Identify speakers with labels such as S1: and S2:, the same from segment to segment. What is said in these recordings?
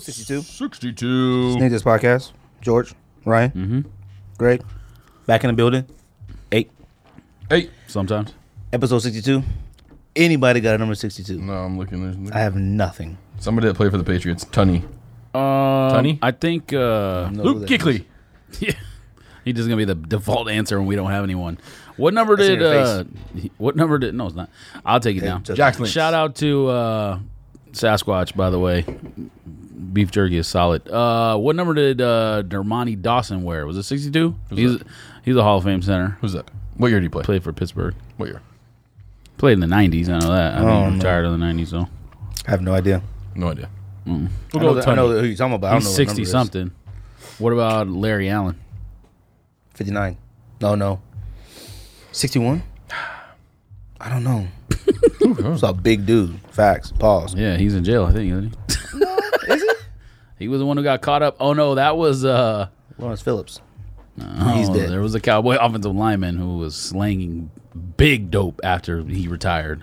S1: 62.
S2: 62.
S1: Need this podcast. George, Ryan, mm-hmm. Greg, back in the building. Eight,
S2: Eight. Sometimes.
S1: episode 62. Anybody got a number 62?
S2: No, I'm looking. There's
S1: I have nothing.
S3: Somebody that played for the Patriots, Tunney.
S2: Um,
S3: Tunny?
S2: I think
S1: know
S2: uh,
S1: who
S2: Luke
S1: that
S2: Kickley. Yeah. He's just gonna be the default answer when we don't have anyone. What number
S1: That's in
S2: did?
S1: your
S2: Uh, he- what number did? No, it's not. I'll take it down.
S1: just-
S3: Jack Lynch.
S2: Shout out to uh, Sasquatch, by the way. Beef jerky is solid. Uh, what number did uh, Dermani Dawson wear? Was it sixty-two? He's he's a Hall of Fame center.
S3: Who's that? What year did he play?
S2: Played for Pittsburgh.
S3: What year?
S2: Played in the nineties. I know that. I mean, I'm tired of the nineties though.
S1: I have no idea.
S3: No idea.
S1: I
S2: We'll
S1: know,
S2: go with
S1: that- I know
S2: Tunney.
S1: who you're talking about. I don't know
S2: He's
S1: what number
S2: sixty
S1: it is.
S2: something. What about Larry Allen?
S1: 59. No, no. 61? I don't know. It's a big dude. Facts. Pause.
S2: Yeah, he's in jail, I think, isn't he? is he? He was the one who got caught up. Oh no, that was uh
S1: Lawrence Phillips.
S2: oh,
S1: dead.
S2: there was a cowboy offensive lineman who was slanging big dope after he retired.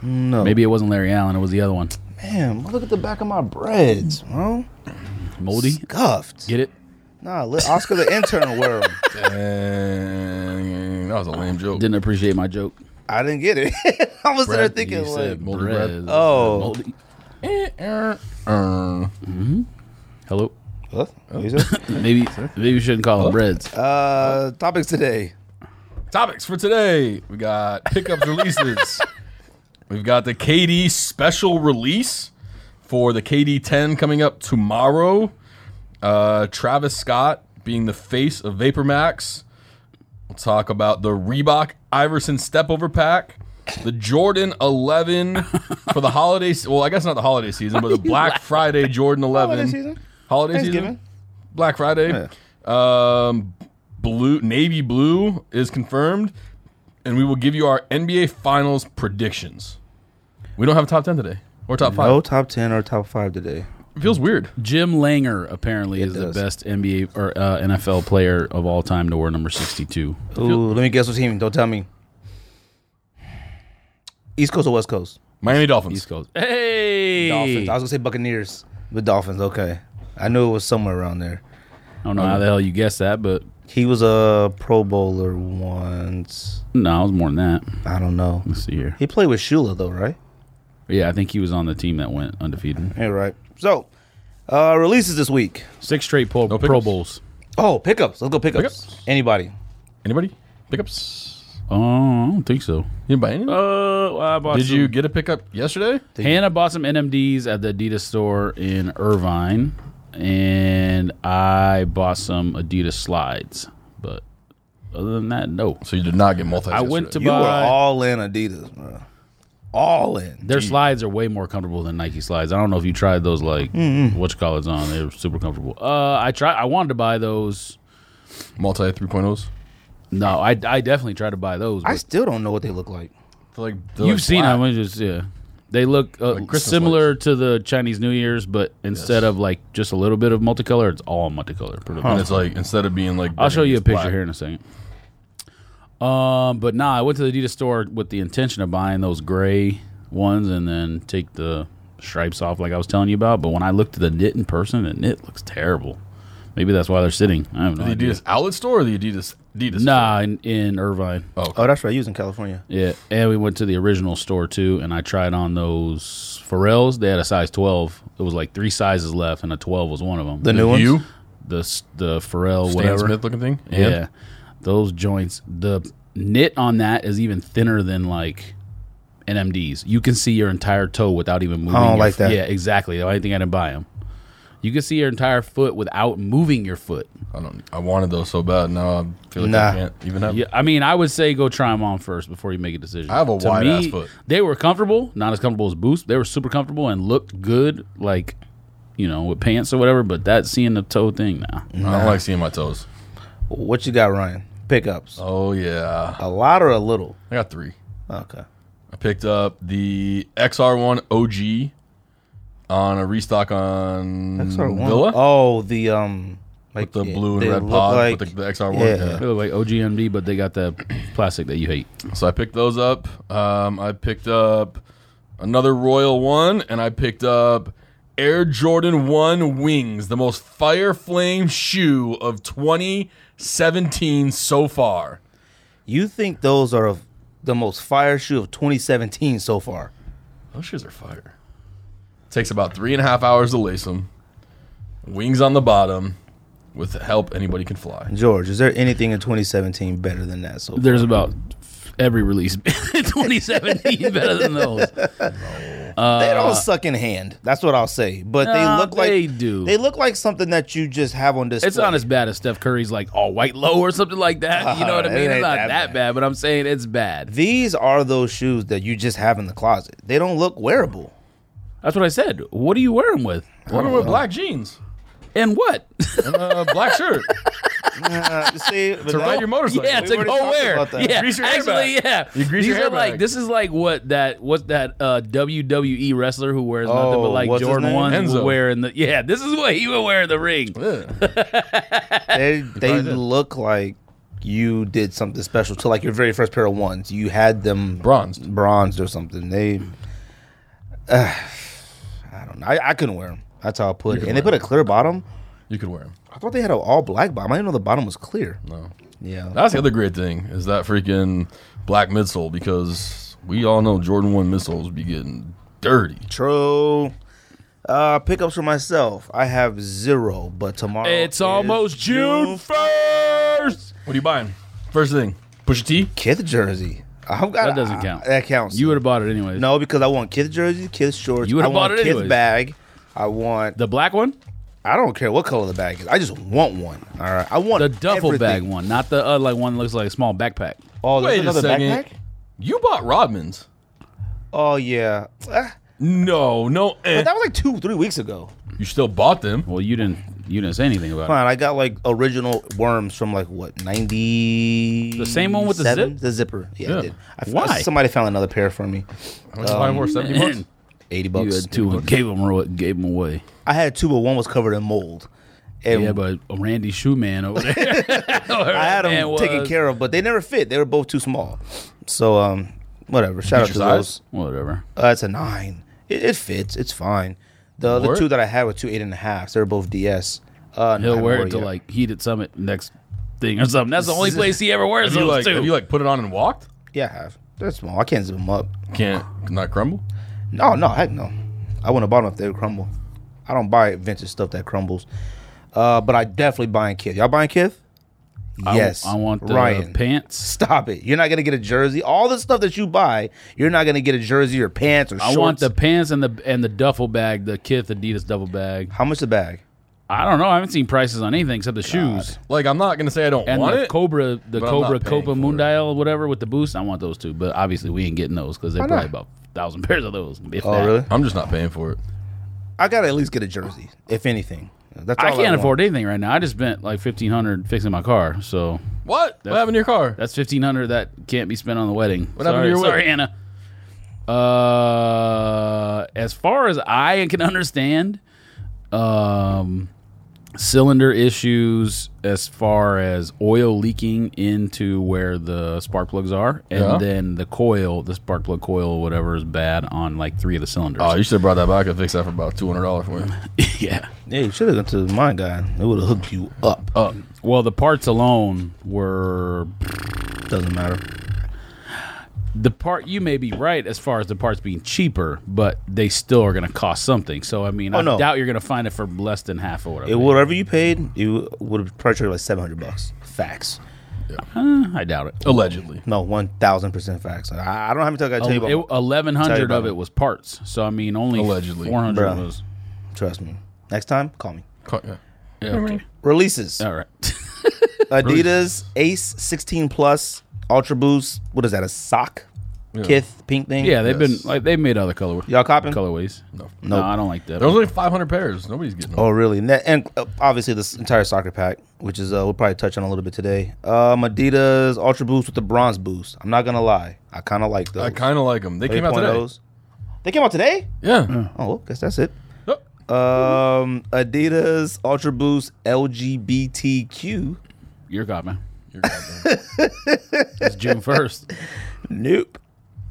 S1: No.
S2: Maybe it wasn't Larry Allen, it was the other one.
S1: Damn, look at the back of my breads, bro.
S2: Moldy.
S1: Scuffed.
S2: Get it?
S1: Nah, let Oscar the intern wear 'em.
S3: Dang, that was a lame joke.
S2: Didn't appreciate my joke.
S1: I didn't get it. I was there
S3: Brad,
S1: thinking,
S3: you
S1: like,
S3: said moldy bread.
S2: Brez.
S1: Oh.
S2: Moldy.
S3: Eh, Uh,
S2: Hello.
S1: what? What you said?
S2: Maybe maybe we shouldn't call him breads.
S1: Oh. Uh, topics today.
S3: topics for today. We got pickups releases. We've got the KD special release for the KD 10 coming up tomorrow. Uh, Travis Scott being the face of Vapor Max. We'll talk about the Reebok Iverson stepover pack, the Jordan 11 for the holiday. se- Well, I guess not the holiday season, but the Black Friday Jordan 11.
S1: Holiday season?
S3: Holiday
S1: Thanksgiving. Oh,
S3: season. Black Friday. Um, blue, navy blue is confirmed, and we will give you our NBA Finals predictions. We don't have a top ten today or top five.
S1: No Oh, top 10 or top 5 today.
S3: It feels weird.
S2: Jim Langer apparently is
S1: does.
S2: the best NBA or uh, NFL player of all time to wear number sixty two.
S1: Ooh, let me guess what team. Don't tell me. East Coast or West Coast?
S3: Miami Dolphins.
S2: East Coast. Hey
S1: Dolphins. I was gonna say Buccaneers, but Dolphins. Okay, I knew it was somewhere around there.
S2: I don't know how the hell you guessed that, but
S1: He was a Pro Bowler once.
S2: no, it was more than that.
S1: I don't know.
S2: Let's see here.
S1: He played with Shula though, right?
S2: Yeah, I think he was on the team that went undefeated.
S1: Yeah, right. So, uh, releases this week.
S2: Six straight pro,
S3: No
S2: pro
S3: pickups?
S2: Bowls.
S1: Oh, pickups. Let's go pickups.
S3: Pickups.
S1: Anybody?
S3: Anybody pickups?
S2: Oh, I don't think so.
S3: You didn't buy anything?
S2: Uh, I bought
S3: Did you get a pickup yesterday?
S2: Hannah bought some NMDs at the Adidas store in Irvine, and I bought some Adidas slides. But other than that, no.
S3: So you did not get multi.
S2: I went to
S1: You were
S2: buy.
S1: all in Adidas, bro. All in.
S2: their slides are way more comfortable than Nike slides. I don't know if you tried those like what you call it's on. They're super comfortable. Uh, I tried. I wanted to buy those.
S3: multi 3.0s.
S2: No, I, I definitely tried to buy those.
S1: I
S2: but-
S1: still don't know what they look like.
S3: They're like, they're
S2: You've
S3: like
S2: seen
S3: flat.
S2: them. I just yeah. They look uh,
S3: Like Christmas
S2: similar to the Chinese New Year's, but instead
S3: Yes.
S2: of like just a little bit of multicolor, it's all multicolor. pretty much.
S3: And it's like instead of being like,
S2: I'll show you a
S3: it's
S2: picture
S3: black.
S2: here in a second. Um, but nah, I went to the Adidas store with the intention of buying those gray ones and then take the stripes off, like I was telling you about. But when I looked at the knit in person, the knit looks terrible. Maybe that's why they're sitting. I have no
S3: The
S2: idea.
S3: Adidas outlet store or the Adidas Adidas?
S2: Nah, in, in Irvine.
S1: Oh, that's right. You was in California.
S2: Yeah, and we went to the original store too, and I tried on those Pharrells. They had a size twelve. It was like three sizes left, and a twelve was one of them.
S1: The new
S3: store?
S1: ones.
S3: You
S2: the s- the Pharrell
S3: Stan
S2: whatever.
S3: Smith looking thing.
S2: Yeah, those joints. The knit on that is even thinner than like NMDs. You can see your entire toe without even moving.
S1: I don't
S2: your
S1: like
S2: f-
S1: that.
S2: Yeah, exactly. I think I didn't buy them. You can see your entire foot without moving your foot.
S3: I don't. I wanted those so bad. Now I feel like
S1: Nah.
S3: I can't even have.
S2: Yeah, I mean, I would say go try them on first before you make a decision.
S3: I have a
S2: To
S3: wide-ass foot.
S2: They were comfortable, not as comfortable as Boost. They were super comfortable and looked good, like you know, with pants or whatever. But that seeing the toe thing, nah.
S3: I don't like seeing my toes.
S1: What you got, Ryan? Pickups.
S3: Oh yeah,
S1: A lot or a little?
S3: I got three.
S1: Okay.
S3: I picked up the XR1 OG on a restock on
S2: Mm,
S1: XR1.
S3: Villa.
S1: Oh, the um, like
S3: with the
S1: it-
S3: blue
S1: they
S3: and red
S1: look
S3: pod
S1: like-
S3: with the, the XR1.
S1: Yeah.
S2: They look like OGMD, but they got that plastic that you hate.
S3: So I picked those up. Um, I picked up another Royal one, and I picked up Air Jordan 1 Wings, the most fire flame shoe of 2017 so far.
S1: You think those are of the most fire shoe of 2017 so far?
S3: Those shoes are fire. Takes about three and a half hours to lace them. Wings on the bottom. With help, anybody can fly.
S1: George, is there anything in 2017 better than that? So far?
S2: There's about every release in 2017 better than those.
S1: they don't suck in hand. That's what I'll say. But
S2: uh, Nah,
S1: they look like
S2: they do.
S1: They look like something that you just have on display.
S2: It's not as bad as Steph Curry's like all white low or something like that. You know what I
S1: It
S2: mean? It's
S1: ain't
S2: not that,
S1: that
S2: bad. but I'm saying it's bad.
S1: These are those shoes that you just have in the closet. They don't look wearable.
S2: That's what I said. What are you wearing with?
S3: Women with black jeans
S2: And what?
S3: and a black shirt
S1: Uh, see, but
S3: to
S1: no-
S3: ride your motorcycle.
S2: yeah, to
S1: already
S2: go
S1: talked
S2: where?
S1: about that.
S2: Yeah,
S3: Grease your hair
S2: actually,
S3: back.
S2: yeah.
S3: You grease
S2: These
S3: your hair
S2: are like
S3: back.
S2: this is like what that what's that uh, WWE wrestler who wears nothing
S1: Oh,
S2: but like
S1: what's his
S2: Jordan
S1: name?
S2: ones would
S3: Enzo.
S2: wear in the yeah. This is what he would wear in the ring.
S3: Ugh.
S1: they they
S3: did.
S1: look like you did something special to like your very first pair of ones. You had them
S3: Bronzed.
S1: bronzed or something. They, I don't know. I, I couldn't wear them. That's how I put it. And they put a clear bottom.
S3: You could wear them.
S1: I thought they had an all black bottom. I didn't know the bottom was clear.
S3: No.
S1: Yeah.
S3: That's the other great thing is that freaking black midsole because we all know Jordan 1 midsoles be getting dirty.
S1: True. Uh, pickups for myself. I have zero, but tomorrow
S2: It's
S1: is
S2: almost June first.
S3: What are you buying? First thing, push a T.
S1: Kith jersey. I've got
S2: That doesn't count.
S1: that counts.
S2: You would have bought it anyway.
S1: no because I want Kith jersey, Kith shorts.
S2: You would've
S1: I want
S2: bought it
S1: Kith
S2: anyways.
S1: bag. I want
S2: the black one,
S1: I don't care what color the bag is. I just want one. All right. I want
S2: the duffel bag
S1: everything.
S2: one, not the uh, like one that looks like a small backpack.
S1: Oh, there's
S3: Wait a
S1: another
S3: second.
S1: backpack?
S3: You bought Rodman's.
S1: Oh yeah. Ah,
S3: No, no. eh.
S1: But that was like two, three weeks ago.
S3: You still bought them.
S2: Well, you didn't you didn't say anything about it.
S1: Fine. I got like original worms from like what ninety.
S2: The same one with the
S1: seven?
S2: zip?
S1: The zipper. Yeah.
S3: Yeah.
S1: I did. I f-
S2: Why?
S1: Somebody found another pair for me.
S3: How much you buy for? Seventy bucks.
S1: Eighty
S2: You
S1: bucks.
S2: had two and gave them away- gave them away.
S1: I had two, but one was covered in mold. And
S2: Yeah, but Randy Shoeman over there.
S1: I had them taken care of, but they never fit. They were both too small. So um, whatever. Shout out to
S3: your size?
S1: those.
S2: Whatever.
S1: Uh, it's a nine. It, it fits. It's fine. The other
S3: Word.
S1: two that I had were two eight and a halfs. They're both DS. Uh,
S2: He'll
S1: I
S2: wear
S1: wore
S2: it to
S1: yet.
S2: like Heated Summit next thing or something. That's the only place he ever wears
S3: Have you
S2: those
S3: like,
S2: two.
S3: have you like put it on and walked?
S1: yeah, I have. They're small. I can't zip them up.
S3: Can't not crumble.
S1: No, no, heck no. I wouldn't have bought them if they would crumble. I don't buy vintage stuff that crumbles. Uh, but I definitely buying Kith. Y'all buying Kith?
S2: I,
S1: yes.
S2: I want the
S1: Ryan.
S2: pants.
S1: Stop it. You're not gonna get a jersey. All the stuff that you buy, you're not gonna get a jersey or pants or
S2: I
S1: shorts.
S2: want the pants and the and the duffel bag, the Kith Adidas duffel bag.
S1: How much the bag?
S2: I don't know. I haven't seen prices on anything except the shoes
S3: Like I'm not gonna say I don't
S2: and
S3: want
S2: the
S3: it.
S2: Cobra, the
S3: but I'm
S2: Cobra
S3: not paying
S2: Copa
S3: for it.
S2: Mundial, whatever with the boost. I want those two, but obviously we ain't getting those because they're
S1: not?
S2: probably about thousand pairs of those. if
S1: Oh
S2: that.
S1: really?
S3: I'm just not paying for it.
S1: I gotta at least get a jersey, if anything. That's all
S2: I can't
S1: want.
S2: afford anything right now. I just spent like fifteen hundred fixing my car, so
S3: What? what happened to your car?
S2: That's fifteen hundred that can't be spent on the wedding.
S3: What
S2: sorry,
S3: happened to your
S2: sorry,
S3: wedding?
S2: Anna. Uh, as far as I can understand, um, cylinder issues as far as oil leaking into where the spark plugs are, and
S3: Yeah.
S2: then the coil, the spark plug coil, whatever is bad on like three of the cylinders.
S3: Oh, you should have brought that back and fixed that for about two hundred dollars for me.
S2: yeah.
S1: Yeah, you should have gone to my guy. It would have hooked you up.
S3: oh.
S2: Uh, well, the parts alone were
S1: Doesn't matter.
S2: the part you may be right as far as the parts being cheaper, but they still are going to cost something. So I mean, I
S1: Oh, no.
S2: doubt you're going to find it for less than half or whatever.
S1: It, whatever you paid, you would have probably charged like seven hundred bucks. Facts.
S2: Uh, I doubt it.
S3: Allegedly.
S1: No, one thousand percent facts. I, I don't have to tell you. I tell you
S3: Oh,
S1: about.
S2: Eleven
S1: Tell you
S2: hundred
S1: about
S2: of
S1: it.
S2: it was parts. So I mean, only
S3: Allegedly.
S2: four hundred
S1: Bruh.
S2: was.
S1: trust me. Next time, call me.
S3: Car- yeah.
S2: Yeah, okay.
S1: Releases:
S2: All right.
S1: Adidas Ace sixteen plus Ultra Boost. What is that? A sock? Kith pink thing?
S2: yeah, they've
S3: Yes.
S2: been like they made other color
S1: Y'all copying?
S2: colorways.
S3: No.
S2: No, I don't like that.
S3: There was only 500 pairs. Nobody's getting them.
S1: Oh, really? And, that, and uh, obviously this entire soccer pack, which is uh, we'll probably touch on a little bit today. Um, Adidas Ultra Boost with the bronze boost. I'm not gonna lie, I kind of like those.
S3: I kind of like them. They came out today.
S1: 3.0s. They came out today.
S3: Yeah.
S1: Oh, well, guess that's it.
S3: Oh,
S1: Um, Adidas Ultra Boost LGBTQ.
S2: You're got man.
S3: you're goddamn-
S2: It's June first.
S1: Nope.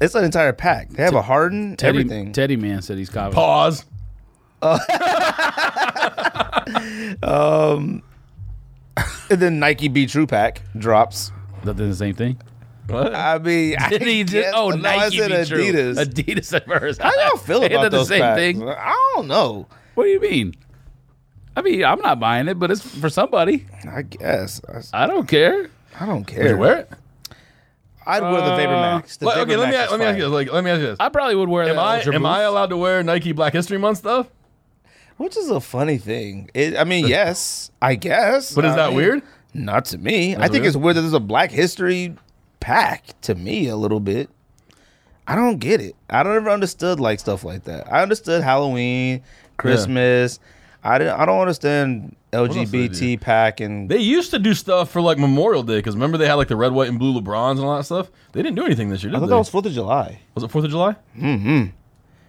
S1: It's an entire pack. They have a hardened
S2: Teddy,
S1: everything.
S2: Teddy man said he's copying.
S3: Pause.
S1: And then Nike B True Pack drops.
S2: That did the same thing.
S3: What?
S1: I mean, I
S2: He did-
S1: guess-
S2: oh,
S1: no,
S2: Nike.
S1: I said
S2: be true.
S1: Adidas.
S2: Adidas at first.
S1: How y'all feel
S2: They
S1: about
S2: did the
S1: those
S2: same
S1: packs?
S2: thing.
S1: I don't know.
S2: What do you mean? I mean, I'm not buying it, but it's for somebody.
S1: I guess I,
S2: I don't care.
S1: I don't care.
S3: Would you wear it?
S1: I'd wear the
S2: Uh,
S1: Vapor Max. The
S3: Well,
S1: Vapor
S3: okay, let me
S1: Max
S3: ask,
S1: is
S3: let me ask you
S1: fire.
S3: this. Like, let me ask you this.
S2: I probably would wear
S3: Am
S2: that.
S3: I
S2: Ultra
S3: am I
S2: Boost.
S3: allowed to wear Nike Black History Month stuff?
S1: Which is a funny thing. It, I mean, yes, I guess.
S3: But is
S1: I
S3: that
S1: mean,
S3: weird?
S1: Not to me. I think
S3: weird?
S1: it's weird that there's a Black History pack to me a little bit. I don't get it. I don't ever understood like stuff like that. I understood Halloween, Christmas. I didn't. I don't understand
S3: else do they do?
S1: LGBT pack and
S3: They used to do stuff for like Memorial Day because remember they had like the red, white, and blue LeBrons and all that stuff. They didn't do anything this year, did
S1: I thought
S3: they?
S1: that was Fourth of July.
S3: Was it Fourth of July? Mm-hmm.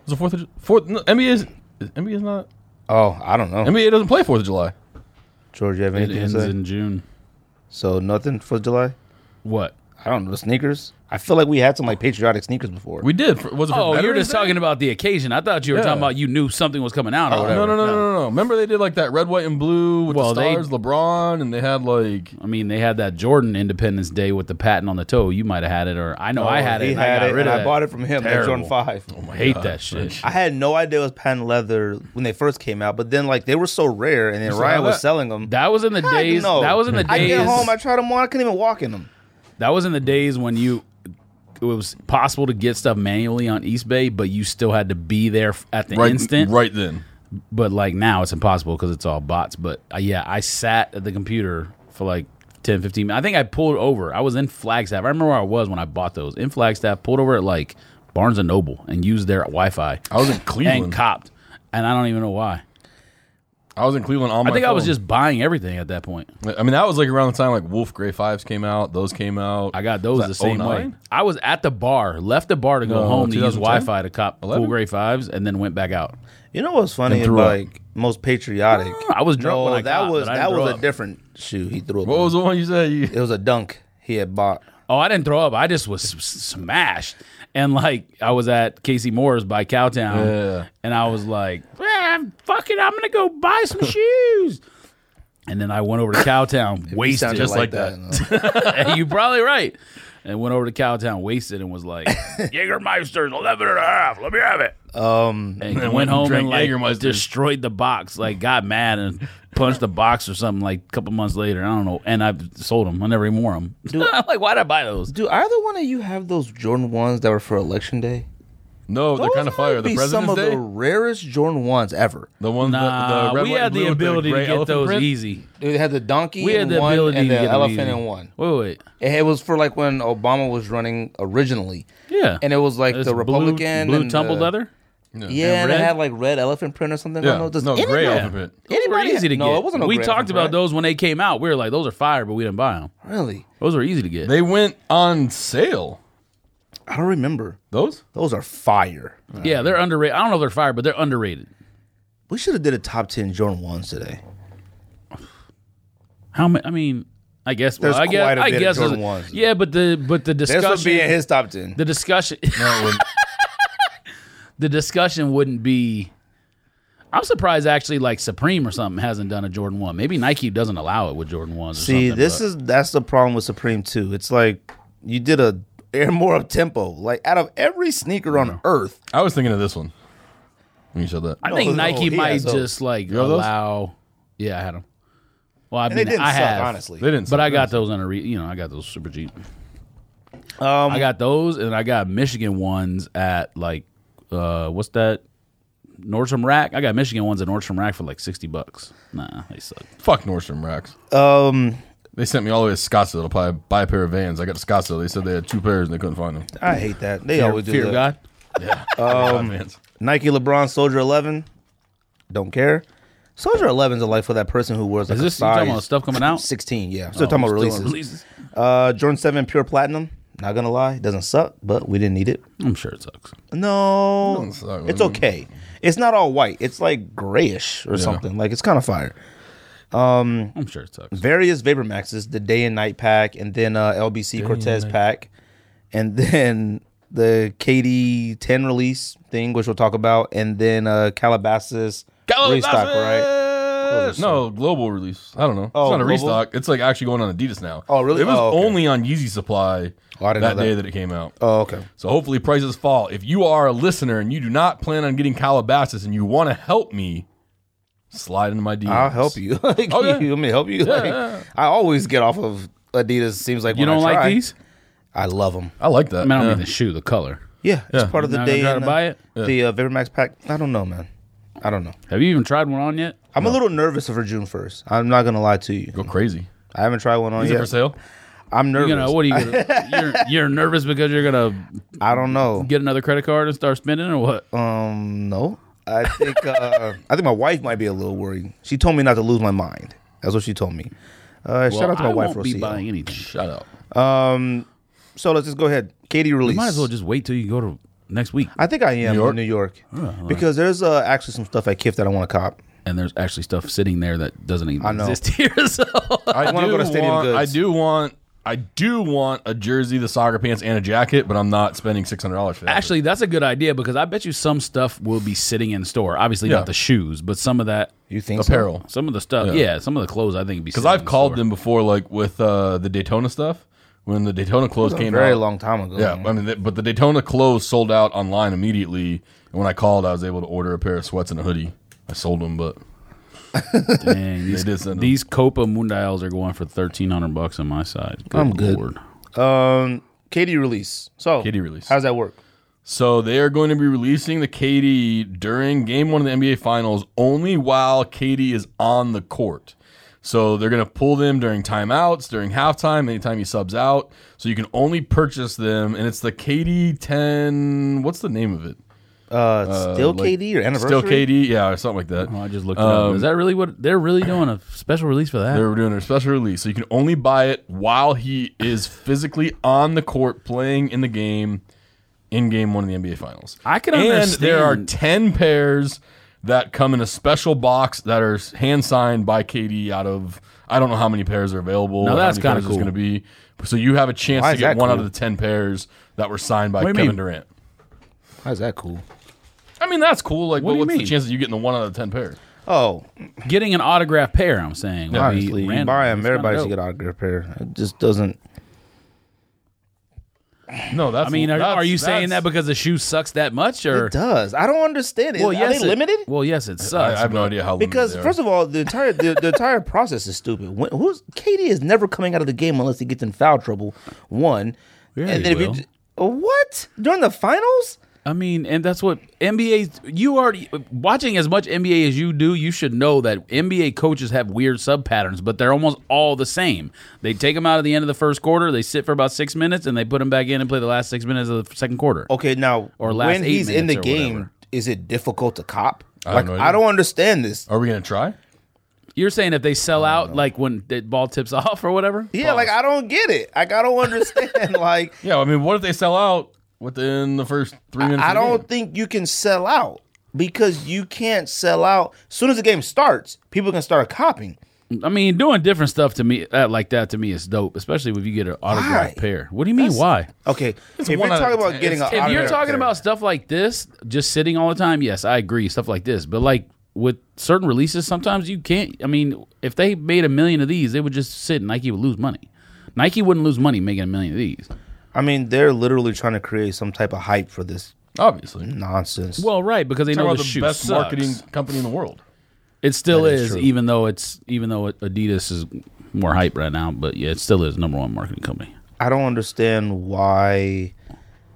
S3: Was it Fourth of Ju- Fourth? No, NBA is is- NBA is not
S1: Oh, I don't know.
S3: NBA doesn't play Fourth of July.
S1: George, you have
S2: It
S1: anything to
S2: ends
S1: say?
S2: in June.
S1: so nothing Fourth of July.
S2: What?
S1: I don't know sneakers. I feel like we had some like patriotic sneakers before.
S3: We did. For, was it? For
S2: Oh, you were
S3: Veterans
S2: just
S3: Day?
S2: talking about the occasion. I thought you were
S3: Yeah.
S2: talking about you knew something was coming
S1: Oh,
S2: out or whatever.
S3: No, no, no, no, no, no. Remember they did like that red, white, and blue with
S2: Well,
S3: the
S2: they-
S3: stars, LeBron, and they had like
S2: I mean, they had that Jordan Independence Day with the patent on the toe. You might have had it, or I know I had it.
S1: Oh, He
S2: and I
S1: had
S2: got
S1: it,
S2: rid
S1: and
S2: of
S1: I bought it from him. That Jordan
S2: Terrible.
S1: Five.
S2: I hate that shit.
S1: I had no idea it was patent leather when they first came out, but then like they were so rare, and then
S3: still
S1: Ryan
S3: have
S1: was
S3: that?
S1: selling them.
S2: That was in the
S1: Heck
S2: days.
S1: no.
S2: That was in the days.
S1: I get home, I tried them on, I couldn't even walk in them.
S2: That was in the days when you it was possible to get stuff manually on East Bay, but you still had to be there f- at the
S3: right,
S2: instant.
S3: right then.
S2: But like now, it's impossible because it's all bots. But uh, yeah, I sat at the computer for like 10, 15 minutes. I think I pulled over. I was in Flagstaff. I remember where I was when I bought those in Flagstaff. Pulled over at like Barnes and Noble and used their Wi-Fi
S3: I was in
S2: and
S3: Cleveland.
S2: copped. And I don't even know why.
S3: I was in Cleveland on my
S2: I think I was
S3: phone.
S2: just buying everything at that point.
S3: I mean, that was like around the time like Wolf Gray Fives came out. Those came out.
S2: I got those
S3: Was
S2: the
S3: that
S2: same
S3: 09?
S2: way. I was at the bar, left the bar to go
S3: No,
S2: home to use
S3: 2010?
S2: Wi-Fi to cop full
S3: 11?
S2: grade fives, and then went back out.
S1: You know what's funny?
S3: threw
S1: about,
S3: up.
S1: like most patriotic.
S2: I was drunk
S1: No,
S2: when I
S1: that
S2: got,
S1: was
S2: but I
S1: that
S2: didn't
S1: was
S2: throw
S1: a
S2: up.
S1: different shoe he threw up.
S3: What
S1: on.
S3: was the one you said? You,
S1: it was a dunk he had bought.
S2: Oh, I didn't throw up. I just was s- smashed, and like I was at Casey Moore's by Cowtown,
S3: Yeah.
S2: and I was like, "Yeah, I'm fucking, I'm gonna go buy some shoes." And then I went over to Cowtown, wasted.
S1: Sounded
S3: just like
S1: you know.
S2: you probably right. And went over to Cowtown, wasted, and was like, Jägermeister's 11 and a half. Let me have it. Um, and, went,
S3: went and
S2: home
S3: drank
S2: and like
S3: Jägermeisters.
S2: destroyed the box, like got mad and punched the box or something like a couple months later. I don't know. And I sold them. I never even wore them. like, why did I buy those?
S1: Do either one of you have those Jordan ones that were for election day?
S3: no, they're
S1: Those
S3: kind of fire.
S1: might
S3: The
S1: be some
S3: President's
S1: of
S3: Day,
S1: the rarest Jordan ones ever.
S3: the one
S2: Nah,
S3: the, the red,
S2: Uh, we
S3: white,
S2: had
S3: and blue
S2: the
S3: with
S2: ability
S3: gray
S2: to get
S3: elephant
S2: those
S3: print.
S2: easy.
S1: They had the donkey
S2: We had
S1: in
S2: the
S1: one
S2: ability
S1: and
S2: to
S1: the
S2: get them
S1: elephant
S2: easy.
S1: in one.
S2: Wait, wait.
S1: It it was for like when Obama was running originally,
S2: Yeah.
S1: and it was like
S2: It's
S1: the
S2: blue-
S1: Republican
S2: blue,
S1: and
S2: tumbled
S1: the,
S2: leather.
S1: Yeah, and
S2: red?
S1: it had like red elephant print or something.
S3: Yeah,
S1: I don't know. Does
S3: no, gray
S1: anybody-
S3: elephant print.
S2: Those were
S1: Anybody
S2: easy to
S1: no,
S2: get.
S1: it wasn't. A
S2: we
S1: gray
S2: talked
S1: elephant
S2: about
S1: print.
S2: those when they came out. We were like, those are fire, but we didn't buy them.
S1: Really,
S2: Those were easy to get.
S3: They went on sale.
S1: I don't remember.
S3: Those?
S1: Those are fire.
S2: yeah, they're underrated. I don't know if they're fire, but they're underrated.
S1: We should have did a top ten Jordan ones today.
S2: How many? I mean, I guess. Well,
S1: There's
S2: I guess.
S1: quite a
S2: I
S1: bit of
S2: guess.
S1: Jordan
S2: there's-
S1: ones.
S2: Yeah, but the but the
S1: This would
S2: discussion.
S1: be in his top ten.
S2: the discussion.
S3: No, it wouldn't.
S2: the discussion wouldn't be. I'm surprised actually, like Supreme or something hasn't done a Jordan one. Maybe Nike doesn't allow it with Jordan ones. Or
S1: See,
S2: something,
S1: this
S2: but-
S1: is that's the problem with Supreme too. It's like you did a air more up tempo. Like out of every sneaker on earth,
S3: I was thinking of this one when you said that.
S2: I think
S1: no,
S2: Nike
S1: Oh, he
S2: might
S1: has those.
S2: just like
S3: have those?
S2: allow. Yeah, I had them. Well, I mean,
S1: and they didn't
S2: I
S1: suck
S2: have,
S1: honestly.
S3: They didn't.
S2: but
S3: sell
S2: I got
S3: those.
S2: those on a re- you know I got those super cheap.
S1: Um,
S2: I got those, and I got Michigan ones at like uh what's that Nordstrom Rack? I got Michigan ones at Nordstrom Rack for like sixty bucks. Nah, they suck.
S3: fuck Nordstrom racks.
S1: um,
S3: They sent me all the way to Scottsdale to buy, buy a pair of Vans. I got to Scottsdale. They said they had two pairs and they couldn't find them.
S1: I hate that. They always do
S2: Fear
S1: that.
S2: of God.
S3: Um, Vans.
S1: Nike LeBron Soldier Eleven. Don't care. Soldier Eleven's a life for that person who wears like
S2: Is
S1: a
S2: this you talking about
S1: size
S2: stuff coming out? Oh,
S1: sixteen. Yeah, still talking about
S2: Still on
S1: releases. Uh, Jordan Seven Pure Platinum. Not gonna lie, it doesn't suck, but we didn't need it.
S2: I'm sure it sucks.
S1: No,
S3: Doesn't suck,
S1: it's
S3: man.
S1: okay. It's not all white. It's like grayish or something. Like it's kind of fire.
S2: I'm sure it sucks.
S1: Various Vapor Maxes, the day and night pack, and then uh, LBC Cortez pack, and then the KD ten release thing, which we'll talk about, and then uh, Calabasas
S3: Gallo
S1: Restock,
S3: Losses! No, global release. I don't know.
S1: Oh,
S3: it's not a
S1: global?
S3: restock. It's like actually going on Adidas now.
S1: Oh, really?
S3: It was
S1: Oh, okay.
S3: only on Yeezy Supply
S1: Oh, I
S3: that,
S1: didn't know that.
S3: day that it came out.
S1: Oh, okay.
S3: So hopefully prices fall. If you are a listener and you do not plan on getting Calabasas and you want to help me, slide into my DMs.
S1: I'll help you. like,
S3: Oh, yeah.
S1: you want me to help you? like,
S3: yeah.
S1: I always get off of Adidas. Seems like
S2: You
S1: when I
S2: don't like
S1: try.
S2: these?
S1: I love them.
S3: I like that.
S2: I mean, I don't
S3: Yeah.
S2: mean the shoe, the color.
S1: Yeah,
S3: Yeah.
S1: it's part of the
S2: Not gonna
S1: day.
S2: try to
S1: and, uh,
S2: buy it?
S1: The uh, VivaMax pack. I don't know, man. I don't know.
S2: Have you even tried one on yet?
S1: I'm a little nervous for June first. I'm not gonna lie to you.
S3: Go crazy.
S1: I haven't tried one on
S3: Is it for
S1: yet.
S3: sale?
S1: I'm nervous.
S2: You know what are you? Gonna, you're, you're nervous because you're gonna
S1: I don't know.
S2: get another credit card and start spending, or what?
S1: Um, no. I think uh, I think my wife might be a little worried. She told me not to lose my mind. That's what she told me. Uh, shout out to my
S2: I
S1: wife,
S2: won't be
S1: Rocio.
S2: buying anything.
S3: Shut up.
S1: So let's just go ahead. Katie release.
S2: Might as well just wait till you go to next week.
S1: I think I am
S3: York?
S1: in New York because there's uh, actually some stuff at Kif that I want to cop.
S2: And there's actually stuff sitting there that doesn't even
S1: know.
S2: exist here. So
S3: I
S1: wanna
S3: do
S1: go to Stadium
S3: want,
S1: Goods.
S3: I do want. I do want a jersey, the soccer pants, and a jacket, but I'm not spending six hundred dollars for that.
S2: actually, that's a good idea because I bet you some stuff will be sitting in store. Obviously,
S3: Yeah.
S2: not the shoes, but some of that,
S1: You think so?
S3: apparel,
S2: some of the stuff. Yeah, some of the clothes I think would be
S3: because I've called them before, like with uh, the Daytona stuff when the Daytona clothes
S1: A
S3: came
S1: very
S3: out.
S1: long time ago.
S3: yeah, I mean, th- but the Daytona clothes sold out online immediately, and when I called, I was able to order a pair of sweats and a hoodie. I sold them, but
S2: Dang, these,
S3: did send them.
S2: these Copa Mundials are going for thirteen hundred bucks on my side. Good
S1: I'm good.
S2: Lord.
S1: Um, Katie release. So
S3: Katie release.
S1: How's that work?
S3: So they are going to be releasing the KD during game one of the NBA Finals only while KD is on the court. So they're going to pull them during timeouts, during halftime, anytime he subs out. So you can only purchase them, and it's the KD ten. What's the name of it?
S1: Uh, still
S3: like,
S1: KD or anniversary?
S3: Still KD, yeah, or something like that.
S2: Oh, I just looked it up. Is that really what they're really doing a special release for that?
S3: Um, They're doing a special release, so you can only buy it while he is physically on the court playing in the game, in game one of the NBA Finals.
S2: I can
S3: and
S2: understand-
S3: there are ten pairs that come in a special box that are hand signed by KD out of I don't know how many pairs are available.
S2: Now
S3: or how
S2: that's
S3: many
S2: kinda
S3: pairs there's
S2: cool.
S3: Going to be so you have a chance
S1: Why
S3: to
S1: is
S3: get
S1: that
S3: one out
S1: cool?
S3: of the ten pairs that were signed by
S2: What do you
S3: Kevin
S2: mean?
S3: Durant.
S1: How's that cool?
S3: I mean that's cool. Like, but
S2: What do you
S3: what's the
S2: mean?
S3: chance that you get in the one out of the ten pairs?
S1: Oh,
S2: Getting an autograph pair, I'm saying. would be
S1: honestly, you
S2: random.
S1: buy them.
S2: It's kinda
S1: Everybody
S2: dope.
S1: should get autograph pair. It just doesn't.
S3: No, that's.
S2: I mean, are,
S3: that's-
S2: are you saying
S3: that's-
S2: that because the shoe sucks that much, or
S1: It does. I don't understand it.
S2: well,
S1: Are
S2: yes,
S1: they
S2: it-
S1: limited?
S2: Well, yes, it
S3: I,
S2: sucks.
S3: I have no idea how limited
S1: Because
S3: they are.
S1: first of all, the entire the, the entire process is stupid. When, who's KD is never coming out of the game unless he gets in foul trouble. One,
S2: Yeah,
S1: and
S2: he
S1: then
S2: will.
S1: if you what during the finals,
S2: I mean, and that's what NBA. You already watching as much NBA as you do. You should know that NBA coaches have weird sub patterns, but they're almost all the same. They take them out at the end of the first quarter. They sit for about six minutes, and they put them back in and play the last six minutes of the second quarter.
S1: okay, now
S2: Or last
S1: when
S2: eight
S1: he's in the
S2: minutes or
S1: game,
S2: whatever.
S1: is it difficult to cop?
S3: I have
S1: like
S3: no idea.
S1: I don't understand this.
S3: are we going to try?
S2: You're saying if they sell out, like when the ball tips off or whatever.
S1: Oh, Yeah, like I don't get it. Like I don't understand. like
S3: Yeah, I mean, what if they sell out within the first three minutes?
S1: I
S3: of the
S1: don't
S3: game?
S1: think you can sell out because you can't sell out. As soon as the game starts, people can start copying.
S2: I mean, doing different stuff to me uh, like that to me is dope, especially if you get an autographed
S1: Why?
S2: pair. What do you mean? why?
S1: Okay, if you're
S3: one out of
S1: talking
S3: ten.
S1: about getting,
S3: It's-
S1: a
S2: if you're
S1: autograph
S2: talking
S1: pair-
S2: about stuff like this, just sitting all the time, yes, I agree. Stuff like this, but like with certain releases, sometimes you can't. I mean, if they made a million of these, they would just sit, and Nike would lose money. Nike wouldn't lose money making a million of these.
S1: I mean, they're literally trying to create some type of hype for this
S3: Obviously,
S1: nonsense.
S2: Well, right, because they
S3: Talking
S2: know
S3: about
S2: the,
S3: the
S2: shoe
S3: best
S2: sucks.
S3: marketing company in the world.
S2: It still
S1: That is
S2: is,
S1: true.
S2: even though it's even though Adidas is more hype right now, but yeah, it still is number one marketing company.
S1: I don't understand why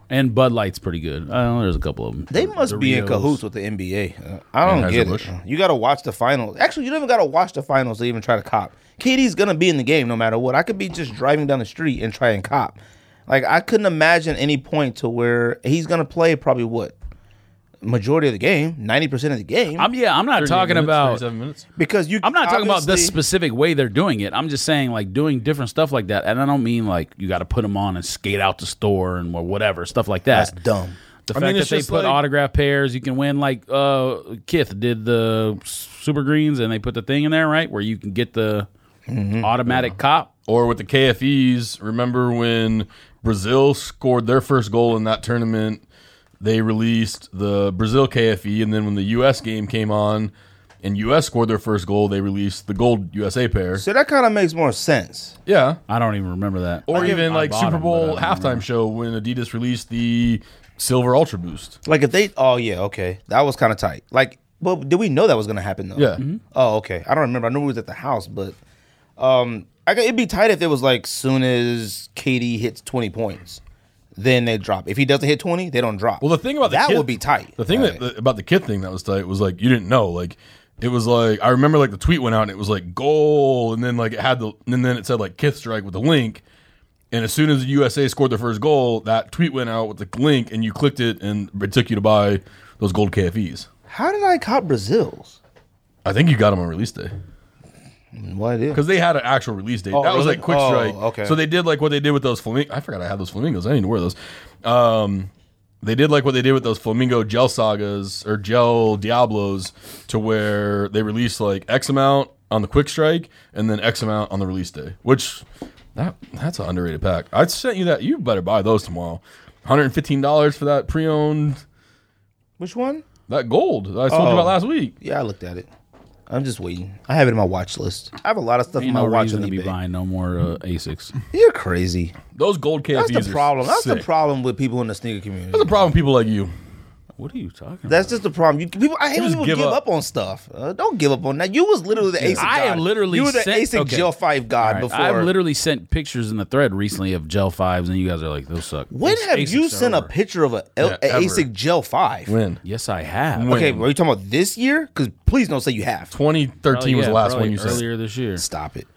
S2: And Bud Light's pretty good. I don't know, there's a couple of them.
S1: they must be in
S2: Doritos.
S1: cahoots with the NBA. Uh, I don't get
S3: Anheuser-Busch.
S1: it. You got to watch the finals. Actually, you don't even got to watch the finals to even try to cop. KD's gonna be in the game no matter what. I could be just driving down the street and try and cop. Like I couldn't imagine any point to where he's gonna play probably what majority of the game, ninety percent of the game,
S2: I'm yeah, I'm not
S3: 38
S2: talking
S3: minutes,
S2: about
S3: 37 minutes.
S1: because you.
S2: I'm not talking about this
S1: obviously-
S2: specific way they're doing it. I'm just saying like doing different stuff like that, and I don't mean like you got to put them on and skate out the store and or whatever stuff like that.
S1: That's dumb.
S2: the
S3: I
S2: fact
S3: mean,
S2: that
S3: it's
S2: they
S3: just
S2: put
S3: like-
S2: autograph pairs, you can win like uh Kith did the Super Greens, and they put the thing in there right where you can get the
S3: Mm-hmm.
S2: automatic cop.
S3: Or with the KFEs, remember when Brazil scored their first goal in that E, tournament? They released the Brazil KFE, and then when the U.S. game came on, and US scored their first goal, they released the gold USA pair.
S1: So that kind of makes more sense.
S3: Yeah.
S2: I don't even remember that.
S3: Or
S2: I-
S3: even
S2: I
S3: like
S2: bought
S3: Super
S2: them, but I
S3: Bowl
S2: don't
S3: halftime show when Adidas released the silver Ultra Boost.
S1: Like if they, oh yeah, okay, that was kind of tight. Like, well, did we know that was gonna happen though?
S3: Yeah.
S2: Mm-hmm.
S1: Oh, okay. I don't remember. I knew we was at the house, but um, I gu- it'd be tight if it was like soon as KD hits twenty points, then they drop. If he doesn't hit twenty, they don't drop.
S3: Well, the thing about the
S1: that
S3: kid-
S1: would be tight.
S3: The thing that,
S1: Like,
S3: about the kid thing that was tight was like you didn't know. Like it was like I remember like the tweet went out and it was like goal, and then like it had the and then it said like kid strike with the link. And as soon as the USA scored their first goal, that tweet went out with the link, and you clicked it, and it took you to buy those gold KFEs.
S1: how did I cop Brazil's?
S3: I think you got them on release day
S1: What is?
S3: because they had an actual release date.
S1: Oh,
S3: that was
S1: really?
S3: like quick
S1: Oh,
S3: strike.
S1: okay.
S3: So they did like what they did with those flamingos. I forgot I had those flamingos. I didn't even wear those. Um, they did like what they did with those flamingo gel sagas or gel diablos to where they released like X amount on the quick strike and then X amount on the release day, which that that's an underrated pack. I sent you that. You better buy those tomorrow. $115 for that pre-owned
S1: Which one?
S3: that gold that I told you
S1: Oh.
S3: about last week.
S1: Yeah, I looked at it. I'm just waiting. I have it in my watch list. I have a lot of stuff in
S2: Ain't
S1: my
S2: no
S1: watch
S2: reason
S1: on
S2: to be
S1: eBay.
S2: buying no more uh, Asics.
S1: You're crazy.
S3: Those gold KFEs
S1: That's the problem. That's the
S3: problem.
S1: problem with people in the sneaker community.
S3: That's the problem with people like you.
S2: What are you talking
S1: That's just the problem. You people, I hate when
S3: just
S1: people
S3: give
S1: give, up.
S3: up.
S1: on stuff. Uh, don't give up on that. You was literally the ace.
S2: I
S1: god.
S2: am literally
S1: you were the
S2: sent-
S1: ace of
S2: okay.
S1: Gel Five God
S2: All right,
S1: before.
S2: I've literally sent pictures in the thread recently of gel fives, and you guys are like, "Those suck."
S1: when
S2: Those
S1: have
S2: Asics
S1: you
S2: are
S1: sent a
S2: over.
S1: picture of a L-
S3: Yeah,
S1: a
S3: ever.
S1: ASIC Gel Five?
S3: When?
S2: Yes, I have.
S3: When?
S1: Okay, are you talking about this year? Because please don't say you have.
S3: 2013
S2: Probably,
S3: was
S2: Oh, yeah,
S3: the last
S2: probably
S3: one you said.
S2: earlier this year.
S1: Stop it.